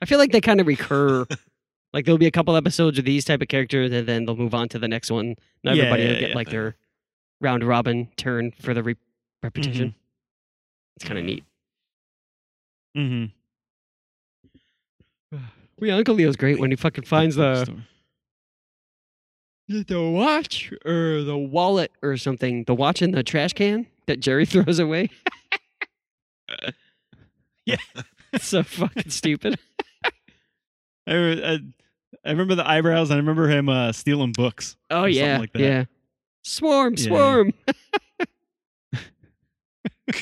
[SPEAKER 2] I feel like they kind of recur. Like there'll be a couple episodes of these type of characters, and then they'll move on to the next one. And
[SPEAKER 1] Yeah,
[SPEAKER 2] everybody
[SPEAKER 1] yeah,
[SPEAKER 2] will get
[SPEAKER 1] yeah.
[SPEAKER 2] like their round robin turn for the re- repetition. It's kind of neat.
[SPEAKER 1] Mm-hmm.
[SPEAKER 2] Well, yeah, Uncle Leo's great when he fucking finds the the watch or the wallet or something. The watch in the trash can that Jerry throws away. yeah, it's so fucking stupid.
[SPEAKER 1] I, re- I, I remember the eyebrows. and I remember him uh, stealing books.
[SPEAKER 2] Oh
[SPEAKER 1] Or something
[SPEAKER 2] yeah,
[SPEAKER 1] like that.
[SPEAKER 2] yeah. Swarm,
[SPEAKER 1] Yeah, yeah.
[SPEAKER 2] swarm.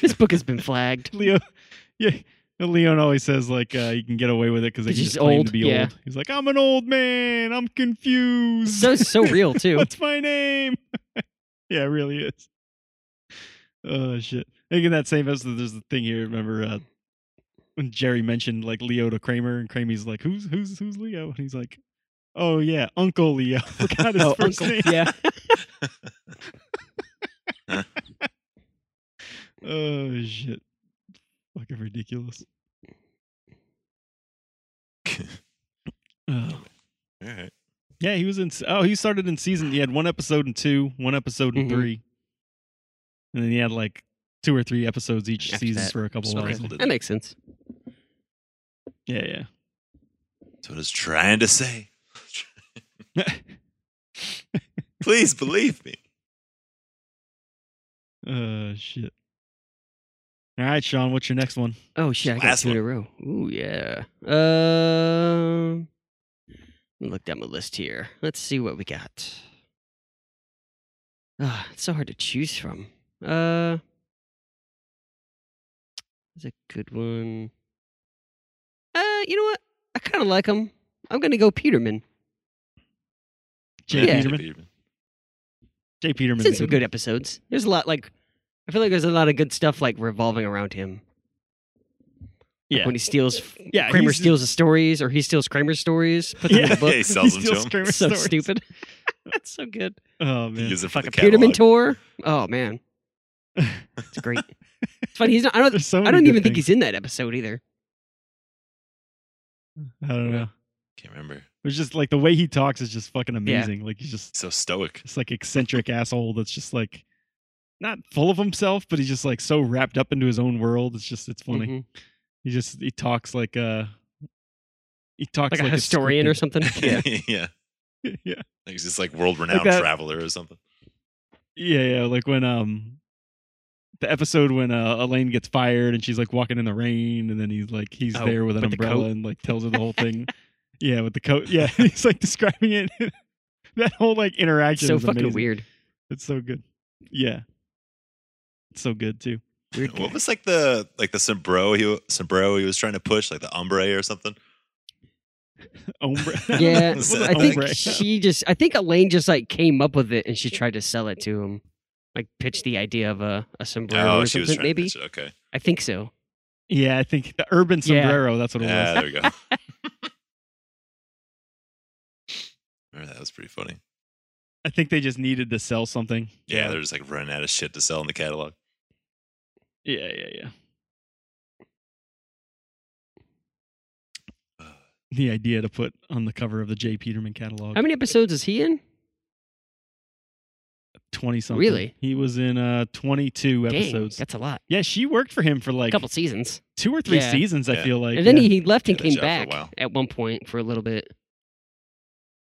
[SPEAKER 2] this book has been flagged.
[SPEAKER 1] Leo, yeah. Leon always says like uh, you can get away with it because they
[SPEAKER 2] He's
[SPEAKER 1] can
[SPEAKER 2] just
[SPEAKER 1] just claim
[SPEAKER 2] old,
[SPEAKER 1] to be
[SPEAKER 2] yeah.
[SPEAKER 1] old. He's like, I'm an old man. I'm confused.
[SPEAKER 2] So so real too.
[SPEAKER 1] What's my name? yeah, it really is. Oh shit! I think in that same episode, there's the thing here. Remember uh, when Jerry mentioned like Leo to Kramer, and Kramer's like, "Who's who's who's Leo?" And he's like, "Oh yeah, Uncle Leo." Forgot his
[SPEAKER 2] Oh,
[SPEAKER 1] first
[SPEAKER 2] uncle.
[SPEAKER 1] name.
[SPEAKER 2] Yeah.
[SPEAKER 1] Oh shit! Fucking ridiculous. Oh.
[SPEAKER 3] All right.
[SPEAKER 1] Yeah, he was in. Oh, he started in season. He had one episode in two, one episode in
[SPEAKER 2] Mhm.
[SPEAKER 1] three, and then he had like two or three episodes each
[SPEAKER 2] After
[SPEAKER 1] season
[SPEAKER 2] that,
[SPEAKER 1] for a couple of
[SPEAKER 3] Okay.
[SPEAKER 1] hours.
[SPEAKER 3] sprinkled it.
[SPEAKER 2] That makes sense.
[SPEAKER 1] Yeah, yeah.
[SPEAKER 3] That's what I was trying to say. Please believe me.
[SPEAKER 1] Uh, shit. All right, Sean, what's your next one?
[SPEAKER 2] Oh shit, I got
[SPEAKER 3] Last
[SPEAKER 2] two in a row. Ooh yeah. Um let me look down my list here. Let's see what we got. Ah, it's so hard to choose from. Uh that's a good one. Uh, you know what? I kinda like him. I'm gonna go Peterman.
[SPEAKER 1] Jay
[SPEAKER 2] Yeah.
[SPEAKER 1] Peterman. Jay Peterman.
[SPEAKER 2] It's in some good episodes. There's a lot like I feel like there's a lot of good stuff like revolving around him. Like
[SPEAKER 1] Yeah.
[SPEAKER 2] when he steals
[SPEAKER 1] Yeah,
[SPEAKER 2] Kramer
[SPEAKER 1] he's-
[SPEAKER 2] steals the stories, or he steals Kramer's stories, puts them in
[SPEAKER 1] Yeah,
[SPEAKER 2] a book.
[SPEAKER 3] he sells them to
[SPEAKER 1] steals
[SPEAKER 3] him.
[SPEAKER 1] Kramer's
[SPEAKER 2] It's so
[SPEAKER 1] stories.
[SPEAKER 2] stupid. That's so good.
[SPEAKER 1] Oh
[SPEAKER 3] He
[SPEAKER 1] man,
[SPEAKER 3] Use it for the
[SPEAKER 2] Peterman tour.
[SPEAKER 3] catalog.
[SPEAKER 2] Oh man, it's great. it's funny. He's not. I don't.
[SPEAKER 1] There's so
[SPEAKER 2] I
[SPEAKER 1] many
[SPEAKER 2] don't
[SPEAKER 1] good
[SPEAKER 2] even think
[SPEAKER 1] things.
[SPEAKER 2] he's in that episode either.
[SPEAKER 1] I don't know.
[SPEAKER 3] Can't remember.
[SPEAKER 1] It's just like the way he talks is just fucking amazing. Like he's just
[SPEAKER 3] So stoic.
[SPEAKER 1] this like eccentric asshole that's just like not full of himself, but he's just like so wrapped up into his own world. It's just it's funny.
[SPEAKER 2] Mhm.
[SPEAKER 1] He just he talks like uh he talks
[SPEAKER 2] Like
[SPEAKER 1] like,
[SPEAKER 2] a
[SPEAKER 1] it's
[SPEAKER 2] historian or
[SPEAKER 1] scripted.
[SPEAKER 2] something.
[SPEAKER 3] yeah.
[SPEAKER 1] yeah.
[SPEAKER 3] Like he's just like world renowned
[SPEAKER 1] that-
[SPEAKER 3] traveler or something.
[SPEAKER 1] Yeah, yeah, like when um the episode when uh, Elaine gets fired and she's like walking in the rain and then he's like he's
[SPEAKER 2] Oh,
[SPEAKER 1] there with an
[SPEAKER 2] with the
[SPEAKER 1] umbrella
[SPEAKER 2] coat?
[SPEAKER 1] and like tells her the whole thing. yeah, with the coat. Yeah, he's like describing it. that whole like interaction
[SPEAKER 2] so
[SPEAKER 1] is
[SPEAKER 2] fucking
[SPEAKER 1] amazing.
[SPEAKER 2] weird.
[SPEAKER 1] It's so good. Yeah. It's so good too.
[SPEAKER 2] Weird guy.
[SPEAKER 3] What was like the like the sombrero he sombrero he was trying to push, like the ombre or something?
[SPEAKER 1] Ombre.
[SPEAKER 2] Yeah,
[SPEAKER 1] What
[SPEAKER 3] was
[SPEAKER 1] an
[SPEAKER 3] that?
[SPEAKER 2] I think
[SPEAKER 1] ombre.
[SPEAKER 2] she just. I think Elaine just like came up with it and she tried to sell it to him, like pitched the idea of a a sombrero
[SPEAKER 3] oh,
[SPEAKER 2] or
[SPEAKER 3] she was
[SPEAKER 2] something.
[SPEAKER 3] trying
[SPEAKER 2] Maybe
[SPEAKER 3] to pitch it. Okay.
[SPEAKER 2] I think so.
[SPEAKER 1] Yeah, I think the urban
[SPEAKER 2] Yeah.
[SPEAKER 1] sombrero. That's what it
[SPEAKER 3] Yeah,
[SPEAKER 1] was.
[SPEAKER 3] there we go. Remember that was pretty funny.
[SPEAKER 1] I think they just needed to sell something.
[SPEAKER 3] Yeah, they're just like running out of shit to sell in the catalog.
[SPEAKER 1] Yeah, yeah, yeah. The idea to put on the cover of the J. Peterman catalog.
[SPEAKER 2] How many episodes is he in?
[SPEAKER 1] twenty something.
[SPEAKER 2] Really?
[SPEAKER 1] He was in uh twenty two
[SPEAKER 2] Dang,
[SPEAKER 1] episodes.
[SPEAKER 2] that's a lot.
[SPEAKER 1] yeah, she worked for him for
[SPEAKER 2] A
[SPEAKER 1] like
[SPEAKER 2] couple seasons.
[SPEAKER 1] two or three
[SPEAKER 2] Yeah.
[SPEAKER 1] seasons. I
[SPEAKER 3] Yeah.
[SPEAKER 1] feel like.
[SPEAKER 2] and then
[SPEAKER 1] yeah.
[SPEAKER 2] he, he left and
[SPEAKER 3] Yeah, that
[SPEAKER 2] came
[SPEAKER 3] job for a
[SPEAKER 2] back
[SPEAKER 3] while.
[SPEAKER 2] at one point for a little bit.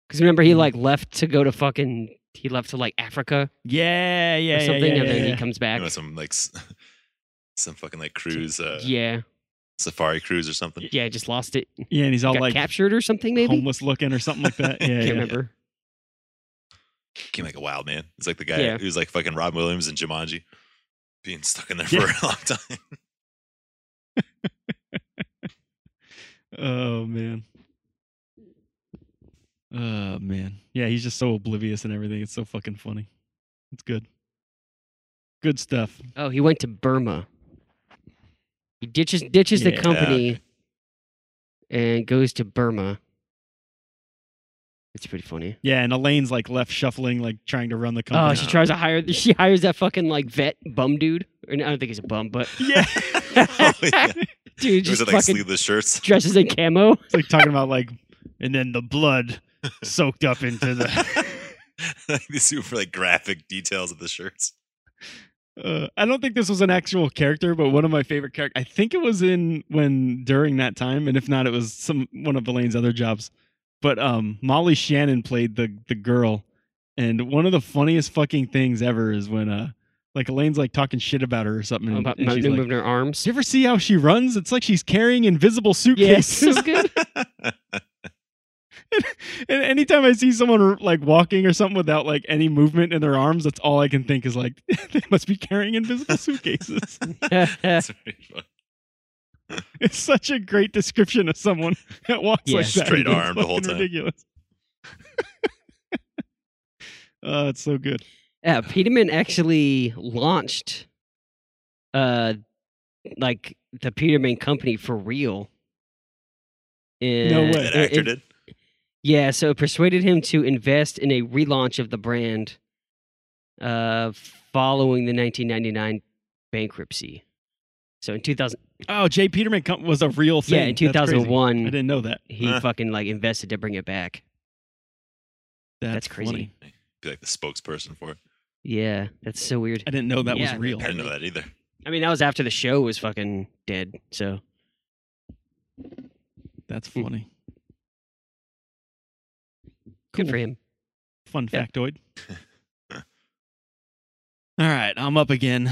[SPEAKER 2] Because remember,
[SPEAKER 3] Mm-hmm.
[SPEAKER 2] he like left to go to fucking. He left to like Africa
[SPEAKER 1] Yeah, yeah,
[SPEAKER 2] or
[SPEAKER 1] yeah,
[SPEAKER 2] something,
[SPEAKER 1] yeah,
[SPEAKER 2] and
[SPEAKER 1] yeah,
[SPEAKER 2] then
[SPEAKER 1] yeah.
[SPEAKER 2] he comes back.
[SPEAKER 3] You know, some like s- some fucking like cruise, uh,
[SPEAKER 2] yeah,
[SPEAKER 3] safari cruise or something.
[SPEAKER 2] yeah, just lost it.
[SPEAKER 1] Yeah, and he's
[SPEAKER 3] Oh,
[SPEAKER 1] all
[SPEAKER 2] Got
[SPEAKER 1] like
[SPEAKER 2] captured or something, maybe.
[SPEAKER 1] homeless looking or something like that. Yeah,
[SPEAKER 2] Can't
[SPEAKER 1] yeah.
[SPEAKER 2] remember.
[SPEAKER 3] Came like a wild man. It's like the guy
[SPEAKER 2] Yeah.
[SPEAKER 3] who's like fucking Rob Williams and Jumanji, being stuck in there
[SPEAKER 1] Yeah.
[SPEAKER 3] for a long time.
[SPEAKER 1] Oh man. Oh man. Yeah, he's just so oblivious and everything. It's so fucking funny. It's good. Good stuff.
[SPEAKER 2] Oh, he went to Burma. He ditches ditches
[SPEAKER 1] Yeah,
[SPEAKER 2] the company and goes to Burma. It's pretty funny.
[SPEAKER 1] Yeah, and Elaine's like left shuffling, like trying to run the
[SPEAKER 2] Oh,
[SPEAKER 1] company.
[SPEAKER 2] she tries to hire. She hires that fucking like vet bum dude. Or, no, I don't think he's a bum, but
[SPEAKER 1] yeah.
[SPEAKER 3] oh, yeah.
[SPEAKER 2] dude
[SPEAKER 3] Was
[SPEAKER 2] just
[SPEAKER 3] it like
[SPEAKER 2] fucking
[SPEAKER 3] sleeveless shirts?
[SPEAKER 2] dresses in camo.
[SPEAKER 1] It's like talking about like and then the blood soaked up into the
[SPEAKER 3] like the super like graphic details of the shirts.
[SPEAKER 1] uh, I don't think this was an actual character, but one of my favorite characters. I think it was in when during that time, and if not, it was some one of Elaine's other jobs. But um, Molly Shannon played the the girl, and one of the funniest fucking things ever is when uh, like Elaine's like talking shit Oh, about her or something, and,
[SPEAKER 2] about
[SPEAKER 1] and she's
[SPEAKER 2] moving
[SPEAKER 1] like,
[SPEAKER 2] her arms.
[SPEAKER 1] "Do you ever see how she runs? It's like she's carrying invisible
[SPEAKER 2] Yes,
[SPEAKER 1] suitcases."
[SPEAKER 2] it's good.
[SPEAKER 1] and anytime I see someone like walking or something without like any movement in their arms, that's all I can think is like they must be carrying invisible suitcases.
[SPEAKER 3] That's pretty funny.
[SPEAKER 1] It's such a great description of someone that walks
[SPEAKER 2] Yeah,
[SPEAKER 1] like that.
[SPEAKER 3] straight
[SPEAKER 1] It's
[SPEAKER 3] arm the whole
[SPEAKER 1] fucking
[SPEAKER 3] time.
[SPEAKER 1] Ridiculous. oh, it's so good.
[SPEAKER 2] yeah, Peterman actually launched, uh, like the Peterman company for real. In,
[SPEAKER 1] way.
[SPEAKER 3] That
[SPEAKER 2] in-
[SPEAKER 3] actor did.
[SPEAKER 2] Yeah, so it persuaded him to invest in a relaunch of the brand uh, following the 1999 bankruptcy. So in 2000,
[SPEAKER 1] Oh, Jay Peterman com- was a real thing.
[SPEAKER 2] yeah, in
[SPEAKER 1] That's crazy. I
[SPEAKER 2] 2001,
[SPEAKER 1] didn't know that.
[SPEAKER 2] he
[SPEAKER 3] Huh.
[SPEAKER 2] fucking like invested to bring it back. That's crazy.
[SPEAKER 1] funny.
[SPEAKER 3] Be like the spokesperson for it.
[SPEAKER 2] Yeah, that's so weird.
[SPEAKER 1] I didn't know that
[SPEAKER 2] Yeah,
[SPEAKER 1] was real.
[SPEAKER 3] I didn't know that either.
[SPEAKER 2] I mean, that was after the show was fucking dead. So
[SPEAKER 1] That's
[SPEAKER 2] Hmm.
[SPEAKER 1] funny.
[SPEAKER 2] good for him.
[SPEAKER 1] Fun
[SPEAKER 2] Yeah.
[SPEAKER 1] factoid. All right, I'm up again.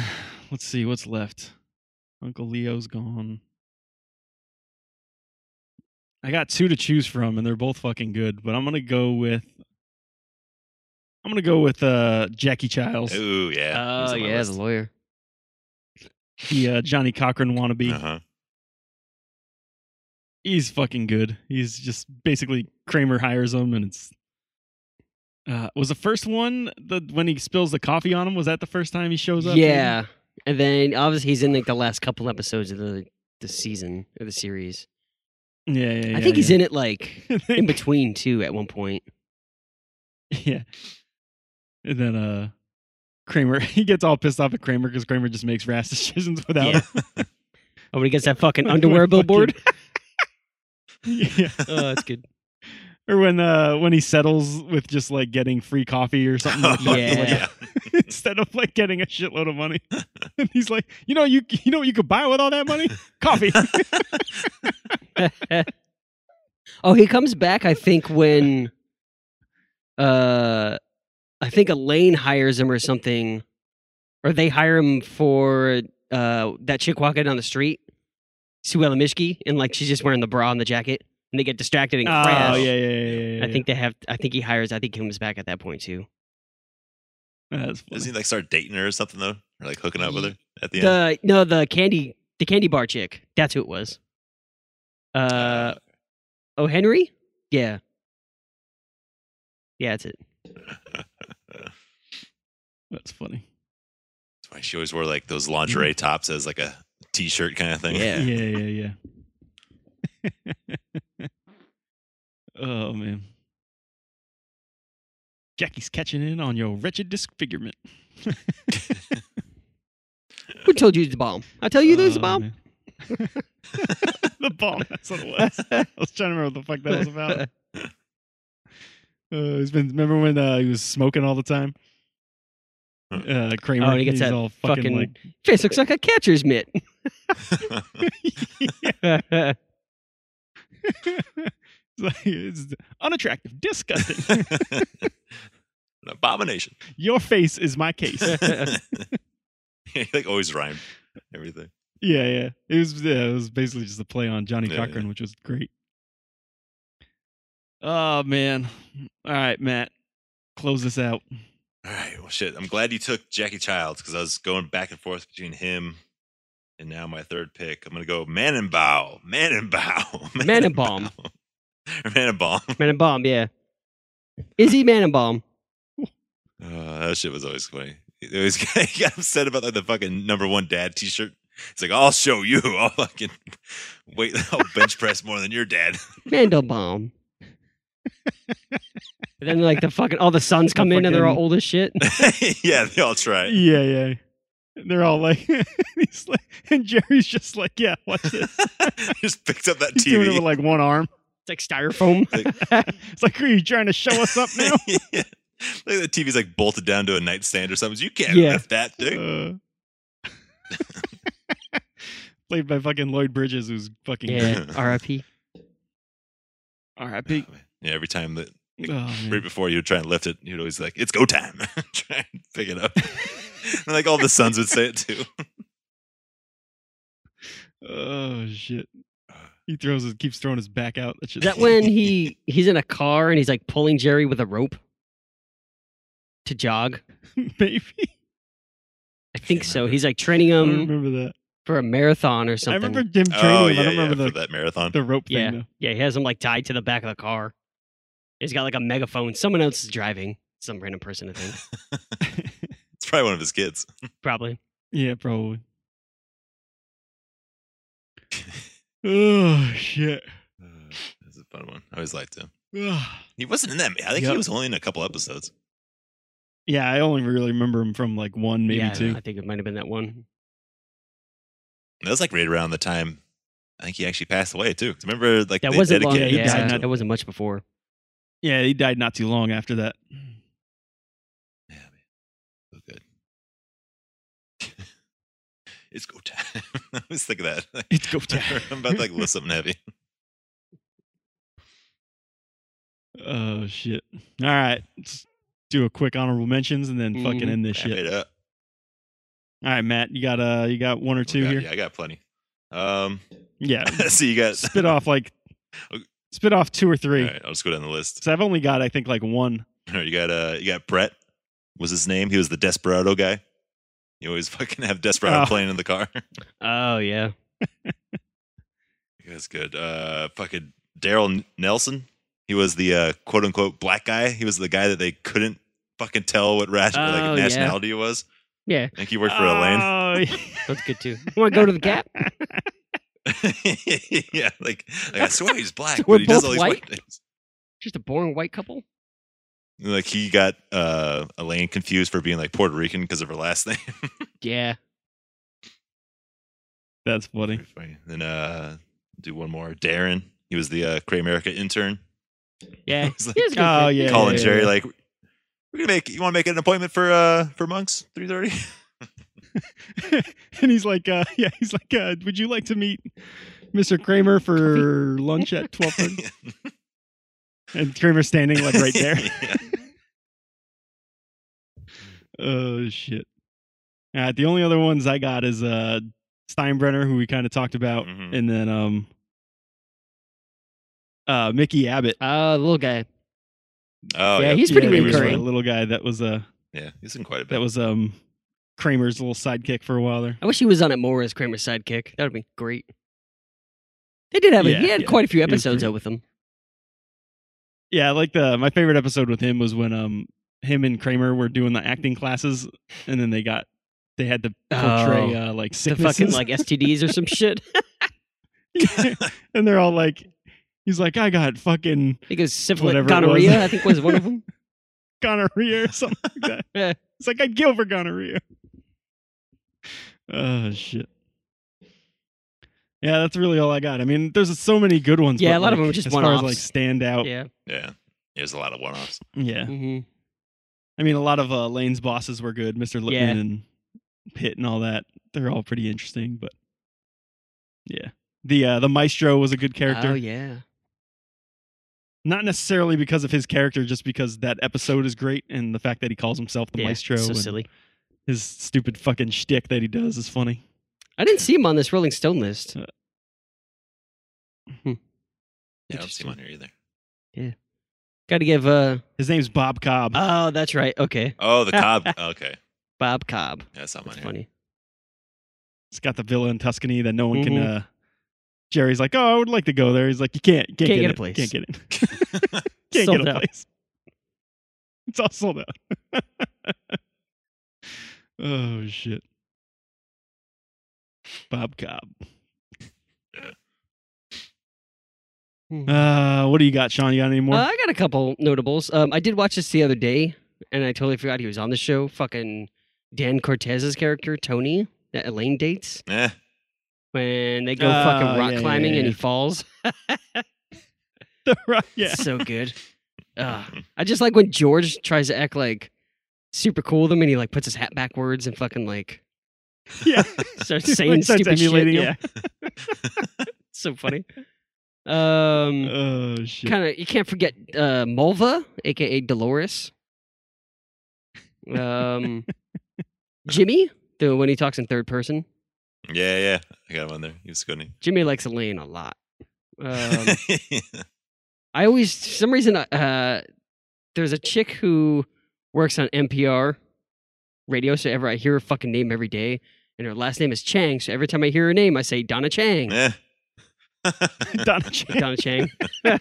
[SPEAKER 1] Let's see what's left. Uncle Leo's gone. I got two to choose from, and they're both fucking good. But I'm gonna go with. I'm gonna go with uh, Jackie Childs,
[SPEAKER 3] Ooh, yeah.
[SPEAKER 2] Oh yeah, as a lawyer.
[SPEAKER 1] the uh, Johnny Cochran wannabe.
[SPEAKER 3] Uh huh.
[SPEAKER 1] He's fucking good. He's just basically Kramer hires him, and it's. Uh, was the first one the when he spills the coffee on him? Was that the first time he shows up?
[SPEAKER 2] Yeah, and then obviously he's in like the last couple episodes of the the season or the series.
[SPEAKER 1] Yeah, yeah. yeah
[SPEAKER 2] I think
[SPEAKER 1] yeah.
[SPEAKER 2] he's in it like
[SPEAKER 1] I
[SPEAKER 2] in
[SPEAKER 1] think-
[SPEAKER 2] between too at one point.
[SPEAKER 1] yeah. And then uh Kramer, he gets all pissed off at Kramer because Kramer just makes rash decisions without
[SPEAKER 2] Yeah.
[SPEAKER 1] him.
[SPEAKER 2] Oh, when he gets that fucking
[SPEAKER 1] When
[SPEAKER 2] underwear
[SPEAKER 1] fucking-
[SPEAKER 2] billboard.
[SPEAKER 1] Yeah.
[SPEAKER 2] oh, that's good.
[SPEAKER 1] Or when uh when he settles with just like getting free coffee or something like that.
[SPEAKER 2] Oh, Yeah.
[SPEAKER 1] like, instead of like getting a shitload of money. And he's like, you know, you you know what you could buy with all that money? Coffee.
[SPEAKER 2] Oh, he comes back. I think when, uh, I think Elaine hires him or something, or they hire him for uh that chick walking down the street, Suella Mishki, and like she's just wearing the bra and the jacket, and they get distracted and crash.
[SPEAKER 1] Oh yeah, yeah, yeah, yeah, yeah.
[SPEAKER 2] I think they have. I think he hires. I think he comes back at that point too.
[SPEAKER 1] That's
[SPEAKER 3] Doesn't
[SPEAKER 1] funny.
[SPEAKER 3] he like start dating her or something though, or like hooking up with her at the, end?
[SPEAKER 2] The no, the candy, the candy bar chick. That's who it was. Uh,
[SPEAKER 3] Uh,
[SPEAKER 2] oh, Henry. Yeah, yeah, that's it.
[SPEAKER 1] That's funny.
[SPEAKER 3] That's why she always wore like those lingerie tops as like a t-shirt kind of thing.
[SPEAKER 2] Yeah.
[SPEAKER 1] Yeah, yeah, yeah. oh man. Jackie's catching in on your wretched disfigurement.
[SPEAKER 2] Who told you it's a bomb? I tell you there's a
[SPEAKER 1] Oh,
[SPEAKER 2] bomb.
[SPEAKER 1] man. the bomb. That's what it was. I was trying to remember what the fuck that was about. Uh, he's been. Remember when uh, he was smoking all the time? Uh, Kramer.
[SPEAKER 2] Oh, and he gets
[SPEAKER 1] he's
[SPEAKER 2] that
[SPEAKER 1] all fucking,
[SPEAKER 2] fucking-
[SPEAKER 1] like.
[SPEAKER 2] Face looks like a catcher's mitt.
[SPEAKER 1] It's like, it's unattractive, disgusting.
[SPEAKER 3] An abomination.
[SPEAKER 1] Your face is my case.
[SPEAKER 3] He, like always rhymed everything.
[SPEAKER 1] Yeah, yeah. It was yeah, it was basically just a play on Johnny
[SPEAKER 3] Yeah,
[SPEAKER 1] Cochran, which was great. Oh man. All right, Matt. Close this out.
[SPEAKER 3] All right. Well, shit. I'm glad you took Jackie Childs because I was going back and forth between him and now my third pick. I'm gonna go Manenbaum. Manenbaum.
[SPEAKER 2] Manenbaum.
[SPEAKER 3] Manenbaum.
[SPEAKER 2] Man and bomb. Yeah, is he man and bomb?
[SPEAKER 3] Uh, that shit was always funny. It was he got upset about like the fucking number one dad T-shirt. It's like I'll show you. I'll fucking wait. I'll bench press more than your dad.
[SPEAKER 2] Mandelbaum. and then like the fucking all the sons come in and they're all
[SPEAKER 1] Fucking-
[SPEAKER 2] old as shit.
[SPEAKER 3] yeah, they all try. it.
[SPEAKER 1] Yeah, yeah. They're all like, he's like and Jerry's just like, yeah, watch this.
[SPEAKER 3] Just picked up that
[SPEAKER 1] He's doing it
[SPEAKER 3] TV.
[SPEAKER 1] with like one arm.
[SPEAKER 2] It's like styrofoam.
[SPEAKER 1] It's like, are you trying to show us up now?
[SPEAKER 3] yeah. Look, the TV's like bolted down to a nightstand or something. You can't
[SPEAKER 2] Yeah.
[SPEAKER 3] lift that thing.
[SPEAKER 1] Uh, played by fucking Lloyd Bridges, who's fucking
[SPEAKER 2] yeah, R.I.P.
[SPEAKER 1] R.I.P.
[SPEAKER 3] Yeah, every time that
[SPEAKER 1] Oh, man.
[SPEAKER 3] right before you would try and lift it, you'd always like, "It's go time." try and pick it up. and like all the sons would say it too.
[SPEAKER 1] Oh shit.
[SPEAKER 3] Uh.
[SPEAKER 1] He throws his keeps throwing his back out. That
[SPEAKER 2] Is
[SPEAKER 1] shit.
[SPEAKER 2] that when he he's in a car and he's like pulling Jerry with a rope to jog?
[SPEAKER 1] maybe
[SPEAKER 2] I think
[SPEAKER 3] Can't
[SPEAKER 2] so.
[SPEAKER 3] remember.
[SPEAKER 2] He's like training
[SPEAKER 1] I don't
[SPEAKER 2] him
[SPEAKER 1] remember that.
[SPEAKER 2] for a marathon or
[SPEAKER 1] I
[SPEAKER 2] Um, something.
[SPEAKER 1] remember Jim training.
[SPEAKER 3] oh
[SPEAKER 1] him.
[SPEAKER 3] yeah,
[SPEAKER 1] I don't remember
[SPEAKER 3] yeah, for
[SPEAKER 1] the,
[SPEAKER 3] that marathon.
[SPEAKER 1] the rope thing
[SPEAKER 2] Yeah.
[SPEAKER 1] though.
[SPEAKER 2] Yeah, he has him like tied to the back of the car. He's got like a megaphone. Someone else is driving. Some random person, I think.
[SPEAKER 3] It's probably one of his kids.
[SPEAKER 2] Probably.
[SPEAKER 1] Yeah, probably. oh shit.
[SPEAKER 3] Uh, That's a fun one. I always liked him.
[SPEAKER 1] Ugh.
[SPEAKER 3] He wasn't in that. I think
[SPEAKER 1] Yep.
[SPEAKER 3] he was only in a couple episodes.
[SPEAKER 1] yeah, I only really remember him from like one, maybe
[SPEAKER 2] yeah,
[SPEAKER 1] two.
[SPEAKER 2] I think it might have been that one.
[SPEAKER 3] And that was like right around the time. I think he actually passed away too. 'Cause remember, like
[SPEAKER 2] That
[SPEAKER 3] they
[SPEAKER 2] wasn't long.
[SPEAKER 3] dedicated
[SPEAKER 1] he
[SPEAKER 2] Yeah,
[SPEAKER 1] died
[SPEAKER 3] him to
[SPEAKER 1] not-
[SPEAKER 2] that wasn't much before.
[SPEAKER 1] Yeah, he died not too long after that.
[SPEAKER 3] Yeah, man. So good. it's go time. I always think of that.
[SPEAKER 1] It's go time.
[SPEAKER 3] I'm about to like list something heavy.
[SPEAKER 1] Oh shit. All right, let's do a quick honorable mentions and then fucking
[SPEAKER 2] Mhm.
[SPEAKER 1] end this
[SPEAKER 3] Wrap
[SPEAKER 1] shit.
[SPEAKER 3] it up.
[SPEAKER 1] All right, Matt, you got uh, you got one or two
[SPEAKER 3] Oh, God,
[SPEAKER 1] here.
[SPEAKER 3] Yeah, I got plenty. Um,
[SPEAKER 1] Yeah,
[SPEAKER 3] so you got
[SPEAKER 1] spit off like
[SPEAKER 3] Okay.
[SPEAKER 1] spit off two
[SPEAKER 3] Oh.
[SPEAKER 1] or
[SPEAKER 3] All
[SPEAKER 1] three.
[SPEAKER 3] right, I'll just go down the list.
[SPEAKER 1] So I've only got I think like one.
[SPEAKER 3] All right, you got uh, you got Brett. Was his name? He was the desperado guy. You always fucking have desperado
[SPEAKER 1] Oh.
[SPEAKER 3] playing in the car.
[SPEAKER 2] Oh yeah.
[SPEAKER 3] That's good. Uh, fucking Daryl N- Nelson. He was the uh, quote unquote black guy. He was the guy that they couldn't fucking tell what ration,
[SPEAKER 2] Oh,
[SPEAKER 3] like
[SPEAKER 2] yeah.
[SPEAKER 3] nationality he was.
[SPEAKER 2] Yeah.
[SPEAKER 3] I think he worked for Elaine.
[SPEAKER 1] Oh.
[SPEAKER 2] That's good too. Want to go to the Gap?
[SPEAKER 3] yeah, like, like I swear he's black,
[SPEAKER 2] So we're
[SPEAKER 3] but he does
[SPEAKER 2] both
[SPEAKER 3] all these
[SPEAKER 2] white?
[SPEAKER 3] white things.
[SPEAKER 2] Just a boring white couple.
[SPEAKER 3] Like he got uh, Elaine confused for being like Puerto Rican because of her last name.
[SPEAKER 2] Yeah.
[SPEAKER 1] That's funny.
[SPEAKER 3] Pretty funny. Then uh, do one more. Darren. He was the uh, Cray America intern.
[SPEAKER 2] Yeah.
[SPEAKER 3] He's like,
[SPEAKER 2] He was a good
[SPEAKER 1] Oh,
[SPEAKER 2] kid.
[SPEAKER 1] yeah,
[SPEAKER 3] calling
[SPEAKER 1] yeah, yeah.
[SPEAKER 3] Jerry like, "We're gonna make. You want to make an appointment for uh for monks three thirty?
[SPEAKER 1] and he's like, uh, yeah, he's like, uh, would you like to meet Mr. Kramer for lunch at twelve thirty? and Kramer's standing like right there.
[SPEAKER 3] Yeah.
[SPEAKER 1] oh shit! All right, the only other ones I got is uh, Steinbrenner, who we kind of talked about,
[SPEAKER 3] Mhm.
[SPEAKER 1] and then um, uh, Mickey Abbott.
[SPEAKER 2] Oh, the little guy.
[SPEAKER 3] Oh
[SPEAKER 2] yeah,
[SPEAKER 3] yeah.
[SPEAKER 2] he's pretty
[SPEAKER 1] Yeah, he was
[SPEAKER 2] recurring.
[SPEAKER 1] The little guy that was uh,
[SPEAKER 3] Yeah, he's in quite a bit.
[SPEAKER 1] That was um Kramer's little sidekick for a while there.
[SPEAKER 2] I wish he was on it more as Kramer's sidekick. That would be great. They did have a, he
[SPEAKER 1] Yeah,
[SPEAKER 2] had
[SPEAKER 1] yeah.
[SPEAKER 2] quite a few
[SPEAKER 1] He was
[SPEAKER 2] episodes
[SPEAKER 1] great.
[SPEAKER 2] out with him.
[SPEAKER 1] Yeah, I like the my favorite episode with him was when um him and Kramer were doing the acting classes, and then they got they had to portray uh, like
[SPEAKER 2] Oh, The fucking
[SPEAKER 1] sicknesses,
[SPEAKER 2] like STDs or some shit.
[SPEAKER 1] and they're all like, he's like, I got fucking
[SPEAKER 2] I think it was syphilis,
[SPEAKER 1] Whatever it
[SPEAKER 2] gonorrhea.
[SPEAKER 1] was.
[SPEAKER 2] I think was one of them.
[SPEAKER 1] gonorrhea or something like that.
[SPEAKER 2] Yeah.
[SPEAKER 1] It's like I'd kill for gonorrhea. Oh shit. Yeah, that's really all I got. I mean, there's so many good ones.
[SPEAKER 2] Yeah,
[SPEAKER 1] but,
[SPEAKER 2] a lot of
[SPEAKER 1] like,
[SPEAKER 2] them are just
[SPEAKER 1] as far as like
[SPEAKER 2] one-offs.
[SPEAKER 1] standout.
[SPEAKER 2] Yeah.
[SPEAKER 3] yeah, there's a lot of one-offs.
[SPEAKER 1] Oh. yeah.
[SPEAKER 2] hmm
[SPEAKER 1] I mean, a lot of uh, Lane's bosses were good, Mr. Lipman
[SPEAKER 2] Yeah.
[SPEAKER 1] and Pitt and all that. They're all pretty interesting, but yeah, the uh, the maestro was a good character.
[SPEAKER 2] Oh yeah.
[SPEAKER 1] Not necessarily because of his character, just because that episode is great and the fact that he calls himself the
[SPEAKER 2] yeah.
[SPEAKER 1] maestro.
[SPEAKER 2] So
[SPEAKER 1] and
[SPEAKER 2] silly.
[SPEAKER 1] His stupid fucking shtick that he does is funny.
[SPEAKER 2] I didn't see him on this Rolling Stone list.
[SPEAKER 1] Uh.
[SPEAKER 2] Hmm.
[SPEAKER 3] Yeah, I don't see
[SPEAKER 2] Interesting.
[SPEAKER 3] him on here either.
[SPEAKER 2] Got to give. uh
[SPEAKER 1] His name's Bob Cobb.
[SPEAKER 2] Oh, that's right. Okay,
[SPEAKER 3] Oh, the Cobb. okay,
[SPEAKER 2] Bob Cobb.
[SPEAKER 3] yeah, that's not on
[SPEAKER 2] That's
[SPEAKER 3] here.
[SPEAKER 2] funny.
[SPEAKER 1] it's got the villa in Tuscany that no one can.
[SPEAKER 2] Mhm.
[SPEAKER 1] Uh, Jerry's like, oh, I would like to go there. He's like, you can't, can't,
[SPEAKER 2] Can't get a
[SPEAKER 1] it.
[SPEAKER 2] place.
[SPEAKER 1] can't get it, can't
[SPEAKER 2] Sold
[SPEAKER 1] get a
[SPEAKER 2] out.
[SPEAKER 1] place. It's all sold out. oh shit, Bob Cobb.
[SPEAKER 2] Hmm.
[SPEAKER 1] Uh, what do you got, Sean? You got any more?
[SPEAKER 2] Uh, I got a couple notables. Um, I did watch this the other day, and I totally forgot he was on the show. Fucking Dan Cortez's character Tony that Elaine dates
[SPEAKER 3] Eh,
[SPEAKER 2] when they go
[SPEAKER 1] Oh,
[SPEAKER 2] fucking rock
[SPEAKER 1] yeah, yeah,
[SPEAKER 2] climbing and
[SPEAKER 1] yeah.
[SPEAKER 2] he falls.
[SPEAKER 1] yeah,
[SPEAKER 2] so good. Ugh. I just like when George tries to act like super cool with him, and he like puts his hat backwards and fucking like
[SPEAKER 1] yeah.
[SPEAKER 2] starts saying
[SPEAKER 1] Starts
[SPEAKER 2] stupid shit.
[SPEAKER 1] emulating,
[SPEAKER 2] you know? so funny. Um,
[SPEAKER 1] yeah. Oh shit.
[SPEAKER 2] kind of you can't forget uh Mulva, aka Dolores. Um Jimmy, the when he talks in third person.
[SPEAKER 3] yeah, yeah. I got him on there. He was good.
[SPEAKER 2] Jimmy likes Elaine a lot. Um, I always for some reason uh there's a chick who works on NPR radio, so ever I hear her fucking name every day, and her last name is Chang, so every time I hear her name I say Donna Chang.
[SPEAKER 3] Eh.
[SPEAKER 1] Donna Chang.
[SPEAKER 2] Donna Chang.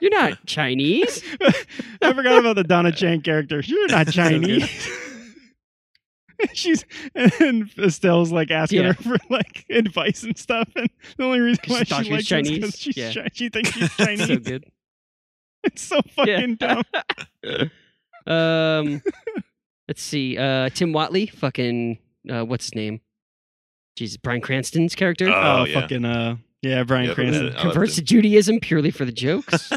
[SPEAKER 2] You're not Chinese.
[SPEAKER 1] I forgot about the Donna Chang character. You're not Chinese. She's and Estelle's like asking
[SPEAKER 2] Yeah.
[SPEAKER 1] her for like advice and stuff, and the only reason
[SPEAKER 2] 'Cause
[SPEAKER 1] why
[SPEAKER 2] she
[SPEAKER 1] she
[SPEAKER 2] thought she was
[SPEAKER 1] likes her is
[SPEAKER 2] Chinese.
[SPEAKER 1] 'cause she's
[SPEAKER 2] Yeah.
[SPEAKER 1] Chi- she thinks she's Chinese.
[SPEAKER 2] so good.
[SPEAKER 1] It's so fucking dumb.
[SPEAKER 2] Um, let's see. Uh, Tim Watley, fucking uh, what's his name? Jesus, Brian Cranston's character
[SPEAKER 3] Oh,
[SPEAKER 1] Oh,
[SPEAKER 3] yeah.
[SPEAKER 1] fucking uh, yeah, Brian
[SPEAKER 3] Yeah, oh, but
[SPEAKER 1] Cranston
[SPEAKER 3] that- I'll have
[SPEAKER 2] converts to Judaism purely for the jokes.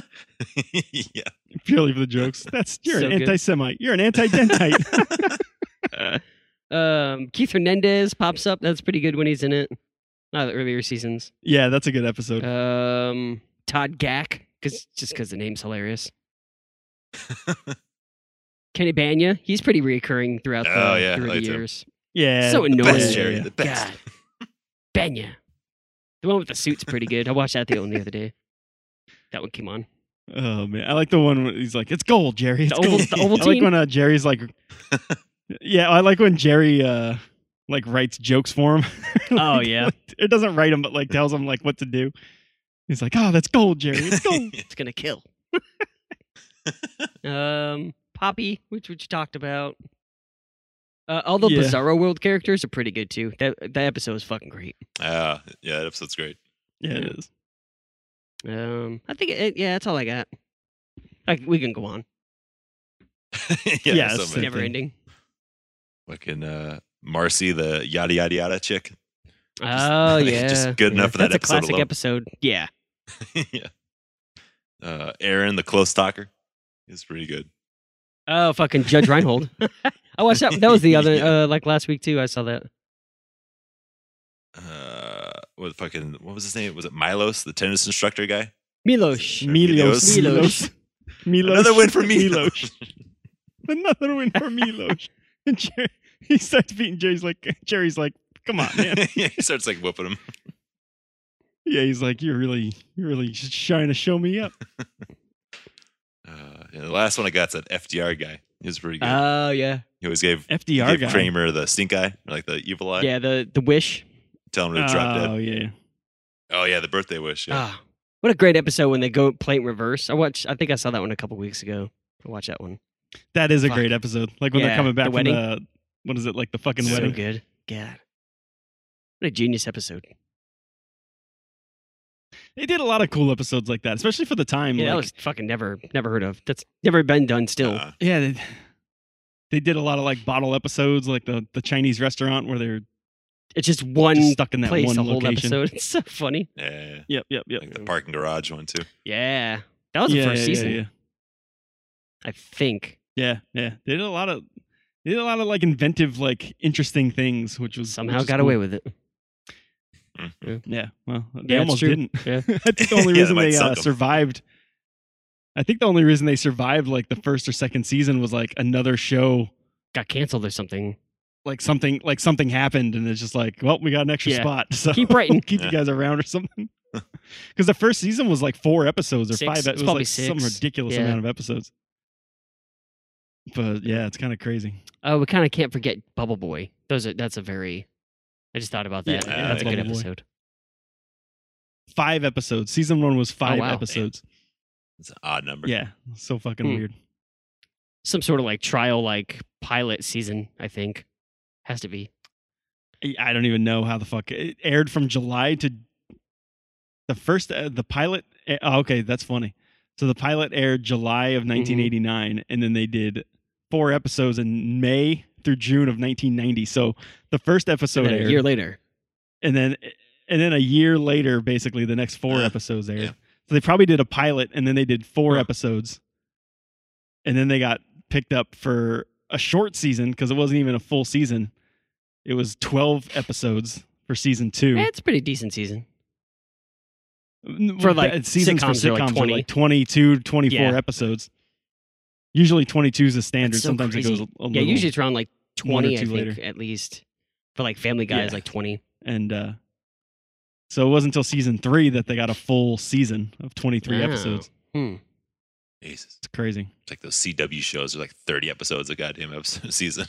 [SPEAKER 3] yeah.
[SPEAKER 1] purely for the jokes. That's you're
[SPEAKER 2] So
[SPEAKER 1] an
[SPEAKER 2] good.
[SPEAKER 1] anti-Semite. You're an anti-dentite.
[SPEAKER 2] um, Keith Hernandez pops up. That's pretty good when he's in it. Not the earlier seasons.
[SPEAKER 1] yeah, that's a good episode.
[SPEAKER 2] Um, Todd Gack, cause just because the name's hilarious. Kenny Banya, he's pretty reoccurring throughout the,
[SPEAKER 3] Oh, yeah, I
[SPEAKER 2] through the
[SPEAKER 3] liked him.
[SPEAKER 2] years.
[SPEAKER 1] yeah,
[SPEAKER 2] so annoying.
[SPEAKER 3] Best
[SPEAKER 1] Yeah,
[SPEAKER 3] Jerry,
[SPEAKER 1] yeah.
[SPEAKER 3] the best.
[SPEAKER 2] God. Benya. The one with the suit's pretty good. I watched that the the other day. That one came on.
[SPEAKER 1] Oh man, I like the one where he's like, "It's gold, Jerry." It's
[SPEAKER 2] The Oval,
[SPEAKER 1] gold.
[SPEAKER 2] the Oval
[SPEAKER 1] I like
[SPEAKER 2] Team.
[SPEAKER 1] when uh, Jerry's like, yeah, I like when Jerry uh like writes jokes for him.
[SPEAKER 2] Oh,
[SPEAKER 1] Like,
[SPEAKER 2] yeah.
[SPEAKER 1] what- it doesn't write him, but like tells him like what to do. He's like, oh, that's gold, Jerry. It's gold.
[SPEAKER 2] it's gonna kill. um, Poppy, which which you talked about. Uh, all the
[SPEAKER 1] Yeah.
[SPEAKER 2] Bizarro World characters are pretty good too. That that episode was fucking great.
[SPEAKER 3] Ah, yeah, that episode's great.
[SPEAKER 1] yeah, it is.
[SPEAKER 2] Um, I think it, yeah, that's all I got. Like we can go on.
[SPEAKER 3] yeah,
[SPEAKER 1] Yeah,
[SPEAKER 3] so
[SPEAKER 1] it's
[SPEAKER 3] many.
[SPEAKER 1] Same
[SPEAKER 2] Never
[SPEAKER 1] thing.
[SPEAKER 2] ending.
[SPEAKER 3] Fucking uh, Marcy, the yada yada yada chick.
[SPEAKER 2] oh yeah,
[SPEAKER 3] just good enough for that
[SPEAKER 2] That's
[SPEAKER 3] episode
[SPEAKER 2] a classic
[SPEAKER 3] alone.
[SPEAKER 2] episode. Yeah,
[SPEAKER 3] yeah. Uh, Aaron, the close talker, is pretty good.
[SPEAKER 2] Oh, fucking Judge Reinhold. Oh, I watched that. That was the other, uh, like last week too. I saw that.
[SPEAKER 3] Uh, what fucking what was his name? Was it Milos, the tennis instructor guy?
[SPEAKER 2] Milos.
[SPEAKER 1] Milos.
[SPEAKER 2] Milos.
[SPEAKER 1] Milos. Milos.
[SPEAKER 3] Another win for
[SPEAKER 1] Milos.
[SPEAKER 3] Milos.
[SPEAKER 1] Another win for Milos. and Jerry, he starts beating Jerry's like Jerry's like, come on, man.
[SPEAKER 3] yeah, he starts like whooping him.
[SPEAKER 1] yeah, he's like, you're really, you're really just trying to show me up.
[SPEAKER 3] Uh, and the last one I got's that FDR guy. He was pretty good.
[SPEAKER 2] Oh yeah,
[SPEAKER 3] he always gave, he
[SPEAKER 1] FDR
[SPEAKER 3] gave
[SPEAKER 1] guy.
[SPEAKER 3] Kramer the stink eye, or like the evil eye.
[SPEAKER 2] yeah. The the wish.
[SPEAKER 3] Tell him to drop dead.
[SPEAKER 1] Oh yeah.
[SPEAKER 3] Oh yeah, the birthday wish. Yeah.
[SPEAKER 2] Ah, what a great episode when they go play it in reverse. I watched. I think I saw that one a couple weeks ago. I watched that one.
[SPEAKER 1] That is a
[SPEAKER 2] Fuck.
[SPEAKER 1] great episode. Like when
[SPEAKER 2] Yeah,
[SPEAKER 1] they're coming back
[SPEAKER 2] the
[SPEAKER 1] from
[SPEAKER 2] wedding.
[SPEAKER 1] the what is it like the fucking
[SPEAKER 3] So
[SPEAKER 2] So
[SPEAKER 1] wedding?
[SPEAKER 2] good. God, what a genius episode.
[SPEAKER 1] They did a lot of cool episodes like that, especially for the time.
[SPEAKER 2] Yeah, that
[SPEAKER 1] like,
[SPEAKER 2] was fucking never never heard of. That's never been done. Still,
[SPEAKER 3] Uh,
[SPEAKER 1] yeah they, they did a lot of like bottle episodes, like the the Chinese restaurant where they're
[SPEAKER 2] it's just one
[SPEAKER 1] just stuck in that
[SPEAKER 2] place,
[SPEAKER 1] one
[SPEAKER 2] the whole
[SPEAKER 1] location.
[SPEAKER 2] episode. It's so funny.
[SPEAKER 3] yeah, yeah, yeah.
[SPEAKER 1] Yep, yep, yep.
[SPEAKER 3] Like the parking garage one too.
[SPEAKER 2] Yeah, that was
[SPEAKER 1] yeah,
[SPEAKER 2] the first
[SPEAKER 1] yeah,
[SPEAKER 2] season,
[SPEAKER 1] Yeah,
[SPEAKER 2] I think.
[SPEAKER 1] yeah, yeah, yeah. They did a lot of they did a lot of like inventive, like interesting things, which was
[SPEAKER 2] Somehow got away with it.
[SPEAKER 3] Mm-hmm.
[SPEAKER 1] with. Yeah, well, they
[SPEAKER 2] Yeah, it's
[SPEAKER 1] almost
[SPEAKER 2] true.
[SPEAKER 1] didn't.
[SPEAKER 2] Yeah.
[SPEAKER 1] I think the only
[SPEAKER 3] Yeah,
[SPEAKER 1] reason
[SPEAKER 3] that might
[SPEAKER 1] they
[SPEAKER 3] suck
[SPEAKER 1] uh,
[SPEAKER 3] 'em.
[SPEAKER 1] survived. I think the only reason they survived like the first or second season was like another show,
[SPEAKER 2] Got canceled or something.
[SPEAKER 1] like something like something happened, and it's just like, well, we got an extra
[SPEAKER 2] Yeah.
[SPEAKER 1] spot, so
[SPEAKER 2] Keep writing.
[SPEAKER 1] keep you
[SPEAKER 3] Yeah.
[SPEAKER 1] guys around or something. Because the first season was like four episodes or
[SPEAKER 2] Six.
[SPEAKER 1] five.
[SPEAKER 2] It's
[SPEAKER 1] It was
[SPEAKER 2] probably
[SPEAKER 1] like some
[SPEAKER 2] six.
[SPEAKER 1] ridiculous
[SPEAKER 2] Yeah.
[SPEAKER 1] amount of episodes. But yeah, it's kind of crazy.
[SPEAKER 2] Oh, we kind of can't forget Bubble Boy. Those are, that's a very. I just thought about that.
[SPEAKER 1] Yeah,
[SPEAKER 3] yeah,
[SPEAKER 2] that's a good
[SPEAKER 1] Bubble Boy.
[SPEAKER 2] episode.
[SPEAKER 1] Five episodes. Season one was five
[SPEAKER 2] Oh, wow.
[SPEAKER 1] episodes.
[SPEAKER 3] It's an odd number.
[SPEAKER 1] Yeah, so fucking
[SPEAKER 2] Hmm.
[SPEAKER 1] weird.
[SPEAKER 2] Some sort of like trial, like pilot season. I think has to be.
[SPEAKER 1] I- I don't even know how the fuck it aired from July to the first uh, the pilot. eh, oh, okay, that's funny. So the pilot aired July
[SPEAKER 2] Mm-hmm.
[SPEAKER 1] of 1989, and then they did four episodes in May through June of 1990. So the first episode
[SPEAKER 2] And then
[SPEAKER 1] aired,
[SPEAKER 2] a year later.
[SPEAKER 1] and then and then a year later, basically the next four
[SPEAKER 3] Uh,
[SPEAKER 1] episodes aired.
[SPEAKER 3] yeah.
[SPEAKER 1] So they probably did a pilot, and then they did four
[SPEAKER 2] Huh.
[SPEAKER 1] episodes, and then they got picked up for a short season because it wasn't even a full season. It was twelve episodes for season two.
[SPEAKER 2] Eh, it's a pretty decent season.
[SPEAKER 1] N-
[SPEAKER 2] for,
[SPEAKER 1] well,
[SPEAKER 2] like,
[SPEAKER 1] that- seasons
[SPEAKER 2] sitcoms
[SPEAKER 1] for
[SPEAKER 2] are,
[SPEAKER 1] sitcoms
[SPEAKER 2] like,
[SPEAKER 1] are,
[SPEAKER 2] 20.
[SPEAKER 1] like 22, 24
[SPEAKER 2] Yeah.
[SPEAKER 1] episodes. Usually twenty two is the standard.
[SPEAKER 2] That's so
[SPEAKER 1] Sometimes it
[SPEAKER 2] crazy.
[SPEAKER 1] goes a, a
[SPEAKER 2] yeah,
[SPEAKER 1] little.
[SPEAKER 2] usually it's around like
[SPEAKER 1] one or
[SPEAKER 2] twenty. I
[SPEAKER 1] two
[SPEAKER 2] think
[SPEAKER 1] later.
[SPEAKER 2] at least for like Family Guys,
[SPEAKER 1] Yeah.
[SPEAKER 2] like twenty.
[SPEAKER 1] and uh, so it wasn't until season three that they got a full season of twenty three
[SPEAKER 2] Oh.
[SPEAKER 1] episodes.
[SPEAKER 2] Hmm.
[SPEAKER 3] Jesus.
[SPEAKER 1] It's crazy.
[SPEAKER 3] It's like those CW shows are like 30 episodes a goddamn episode season.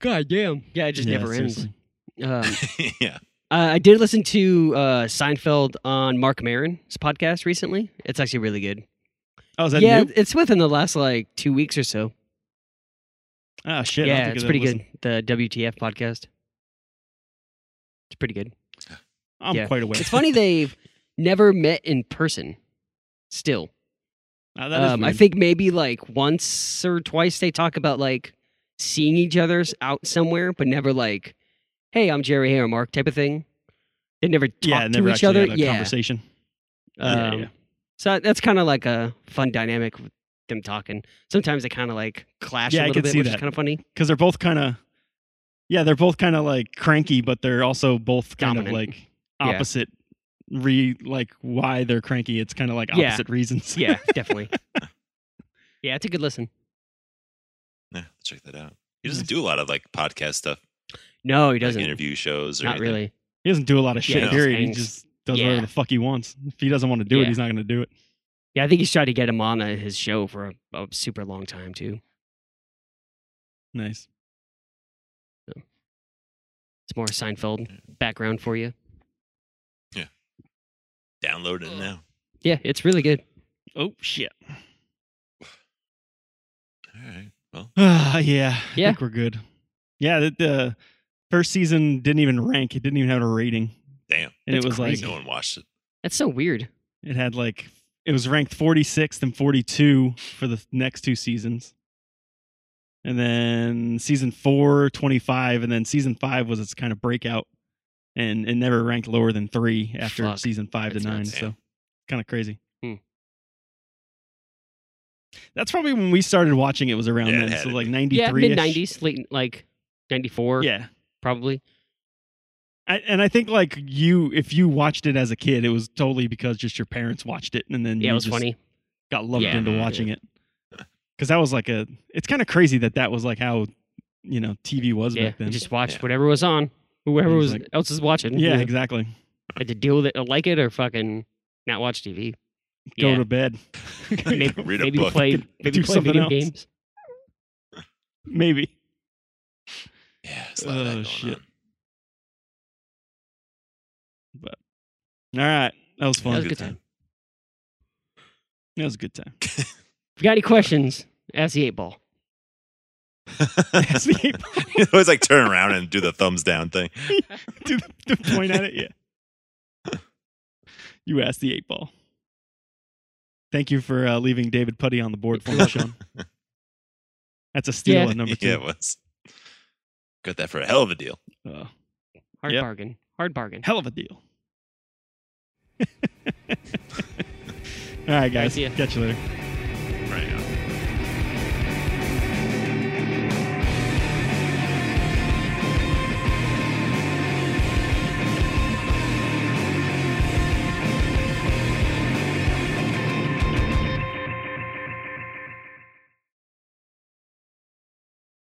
[SPEAKER 2] God damn. Yeah, it just
[SPEAKER 1] Yeah,
[SPEAKER 2] never
[SPEAKER 1] seriously.
[SPEAKER 2] ends. Um,
[SPEAKER 3] yeah.
[SPEAKER 2] uh, I did listen to uh, Seinfeld on Mark Maron's podcast recently. It's actually really good.
[SPEAKER 1] Oh, is that
[SPEAKER 2] yeah,
[SPEAKER 1] new?
[SPEAKER 2] it's within the last like two weeks or so.
[SPEAKER 1] Oh shit! I'll
[SPEAKER 2] yeah,
[SPEAKER 1] have to
[SPEAKER 2] it's
[SPEAKER 1] give
[SPEAKER 2] pretty
[SPEAKER 1] that a listen.
[SPEAKER 2] good. The WTF podcast. It's pretty good.
[SPEAKER 1] I'm
[SPEAKER 2] Yeah.
[SPEAKER 1] quite aware.
[SPEAKER 2] It's funny they've never met in person. Still,
[SPEAKER 1] Uh, that is
[SPEAKER 2] um, I
[SPEAKER 1] weird.
[SPEAKER 2] think maybe like once or twice they talk about like seeing each other's out somewhere, but never like, "Hey, I'm Jerry here, Mark" type of thing. They never talk
[SPEAKER 1] yeah,
[SPEAKER 2] to
[SPEAKER 1] never
[SPEAKER 2] each
[SPEAKER 1] actually
[SPEAKER 2] other.
[SPEAKER 1] had a
[SPEAKER 2] yeah,
[SPEAKER 1] conversation. Yeah,
[SPEAKER 2] Um,
[SPEAKER 1] yeah.
[SPEAKER 2] So that's kind of like a fun dynamic with them talking. Sometimes they kind of like clash
[SPEAKER 1] Yeah, I
[SPEAKER 2] a little
[SPEAKER 1] could
[SPEAKER 2] bit,
[SPEAKER 1] see
[SPEAKER 2] which is
[SPEAKER 1] that.
[SPEAKER 2] kind of funny.
[SPEAKER 1] because they're both kind of yeah they're both kind of like cranky but they're also both kind
[SPEAKER 2] Dominant.
[SPEAKER 1] of like
[SPEAKER 2] Yeah.
[SPEAKER 1] opposite re like why they're cranky it's kind of like
[SPEAKER 2] Yeah.
[SPEAKER 1] opposite reasons
[SPEAKER 2] Yeah, definitely. yeah, it's a good listen.
[SPEAKER 3] Yeah. Check that out. He doesn't do a lot of like podcast stuff,
[SPEAKER 2] No, he
[SPEAKER 3] like,
[SPEAKER 2] doesn't.
[SPEAKER 3] interview shows or
[SPEAKER 2] Not
[SPEAKER 3] anything.
[SPEAKER 2] really.
[SPEAKER 1] he doesn't do a lot of shit
[SPEAKER 3] Yeah, he just
[SPEAKER 1] period he
[SPEAKER 2] hangs.
[SPEAKER 1] just does
[SPEAKER 2] Yeah.
[SPEAKER 1] whatever the fuck he wants if he doesn't want to do it
[SPEAKER 2] Yeah.
[SPEAKER 1] he's not going to do it
[SPEAKER 2] Yeah, I think he's tried to get him on uh, his show for a, a super long time too.
[SPEAKER 1] nice
[SPEAKER 2] It's more Seinfeld
[SPEAKER 1] Mm.
[SPEAKER 2] background for you.
[SPEAKER 3] Download it now.
[SPEAKER 2] Yeah, it's really good.
[SPEAKER 1] oh shit
[SPEAKER 3] All right. Well,
[SPEAKER 1] Ah, yeah i
[SPEAKER 2] Yeah.
[SPEAKER 1] think we're good yeah the, the first season didn't even rank it didn't even have a rating
[SPEAKER 3] damn.
[SPEAKER 1] and
[SPEAKER 2] That's
[SPEAKER 1] it was
[SPEAKER 2] crazy.
[SPEAKER 1] like
[SPEAKER 3] No one watched it.
[SPEAKER 2] That's so weird.
[SPEAKER 1] It had like it was ranked 46th and 42 for the next two seasons. And then season 4 25 and then season 5 was its kind of breakout and it never ranked lower than 3 after
[SPEAKER 2] Fuck.
[SPEAKER 1] season 5
[SPEAKER 2] That's
[SPEAKER 1] to 9
[SPEAKER 2] nuts.
[SPEAKER 1] so kind of crazy.
[SPEAKER 2] Hmm.
[SPEAKER 1] That's probably when we started watching it was around
[SPEAKER 3] Yeah, it
[SPEAKER 1] then
[SPEAKER 3] had
[SPEAKER 1] so
[SPEAKER 3] to
[SPEAKER 1] like
[SPEAKER 3] be.
[SPEAKER 1] 93
[SPEAKER 2] Yeah, mid '90s, late like '94, yeah.
[SPEAKER 1] Yeah.
[SPEAKER 2] probably.
[SPEAKER 1] I, and I think like you if you watched it as a kid it was totally because just your parents watched it and then
[SPEAKER 2] Yeah,
[SPEAKER 1] you
[SPEAKER 2] it was
[SPEAKER 1] just
[SPEAKER 2] funny.
[SPEAKER 1] got lumped
[SPEAKER 2] Yeah.
[SPEAKER 1] into watching it because that was like a it's kind of crazy that that was like how you know tv was
[SPEAKER 2] Yeah,
[SPEAKER 1] back
[SPEAKER 2] we
[SPEAKER 1] then
[SPEAKER 2] just watched
[SPEAKER 3] Yeah.
[SPEAKER 2] whatever was on, whoever
[SPEAKER 1] It
[SPEAKER 2] was
[SPEAKER 1] was like-
[SPEAKER 2] else is watching.
[SPEAKER 1] yeah, exactly
[SPEAKER 2] had to deal with it, or like it, or fucking not watch TV.
[SPEAKER 1] go
[SPEAKER 2] Yeah.
[SPEAKER 1] to bed
[SPEAKER 2] maybe
[SPEAKER 3] Read a
[SPEAKER 2] maybe
[SPEAKER 3] book.
[SPEAKER 2] play
[SPEAKER 1] Could
[SPEAKER 2] maybe
[SPEAKER 1] do
[SPEAKER 2] play
[SPEAKER 1] something
[SPEAKER 2] video
[SPEAKER 1] else.
[SPEAKER 2] games.
[SPEAKER 1] Maybe.
[SPEAKER 3] Yeah, it's a lot of that
[SPEAKER 1] Oh,
[SPEAKER 3] going
[SPEAKER 1] shit.
[SPEAKER 3] on.
[SPEAKER 1] All right. That was
[SPEAKER 3] Yeah,
[SPEAKER 1] fun.
[SPEAKER 2] That was a good time.
[SPEAKER 1] That was a good time.
[SPEAKER 2] If you got any questions, ask the eight ball.
[SPEAKER 1] Ask the eight
[SPEAKER 3] You always like turn around and do the thumbs down thing.
[SPEAKER 1] to, to point at it. Yeah. You asked the eight ball. Thank you for uh, leaving David Putty on the board for me, Sean. That's a steal
[SPEAKER 2] Yeah.
[SPEAKER 1] at number
[SPEAKER 3] yeah, it
[SPEAKER 1] two.
[SPEAKER 3] was. Got that for a hell of a deal.
[SPEAKER 1] Uh,
[SPEAKER 2] Hard
[SPEAKER 1] Yep.
[SPEAKER 2] bargain. Hard bargain.
[SPEAKER 1] hell of a deal. All right, guys.
[SPEAKER 2] see ya.
[SPEAKER 1] Catch you later.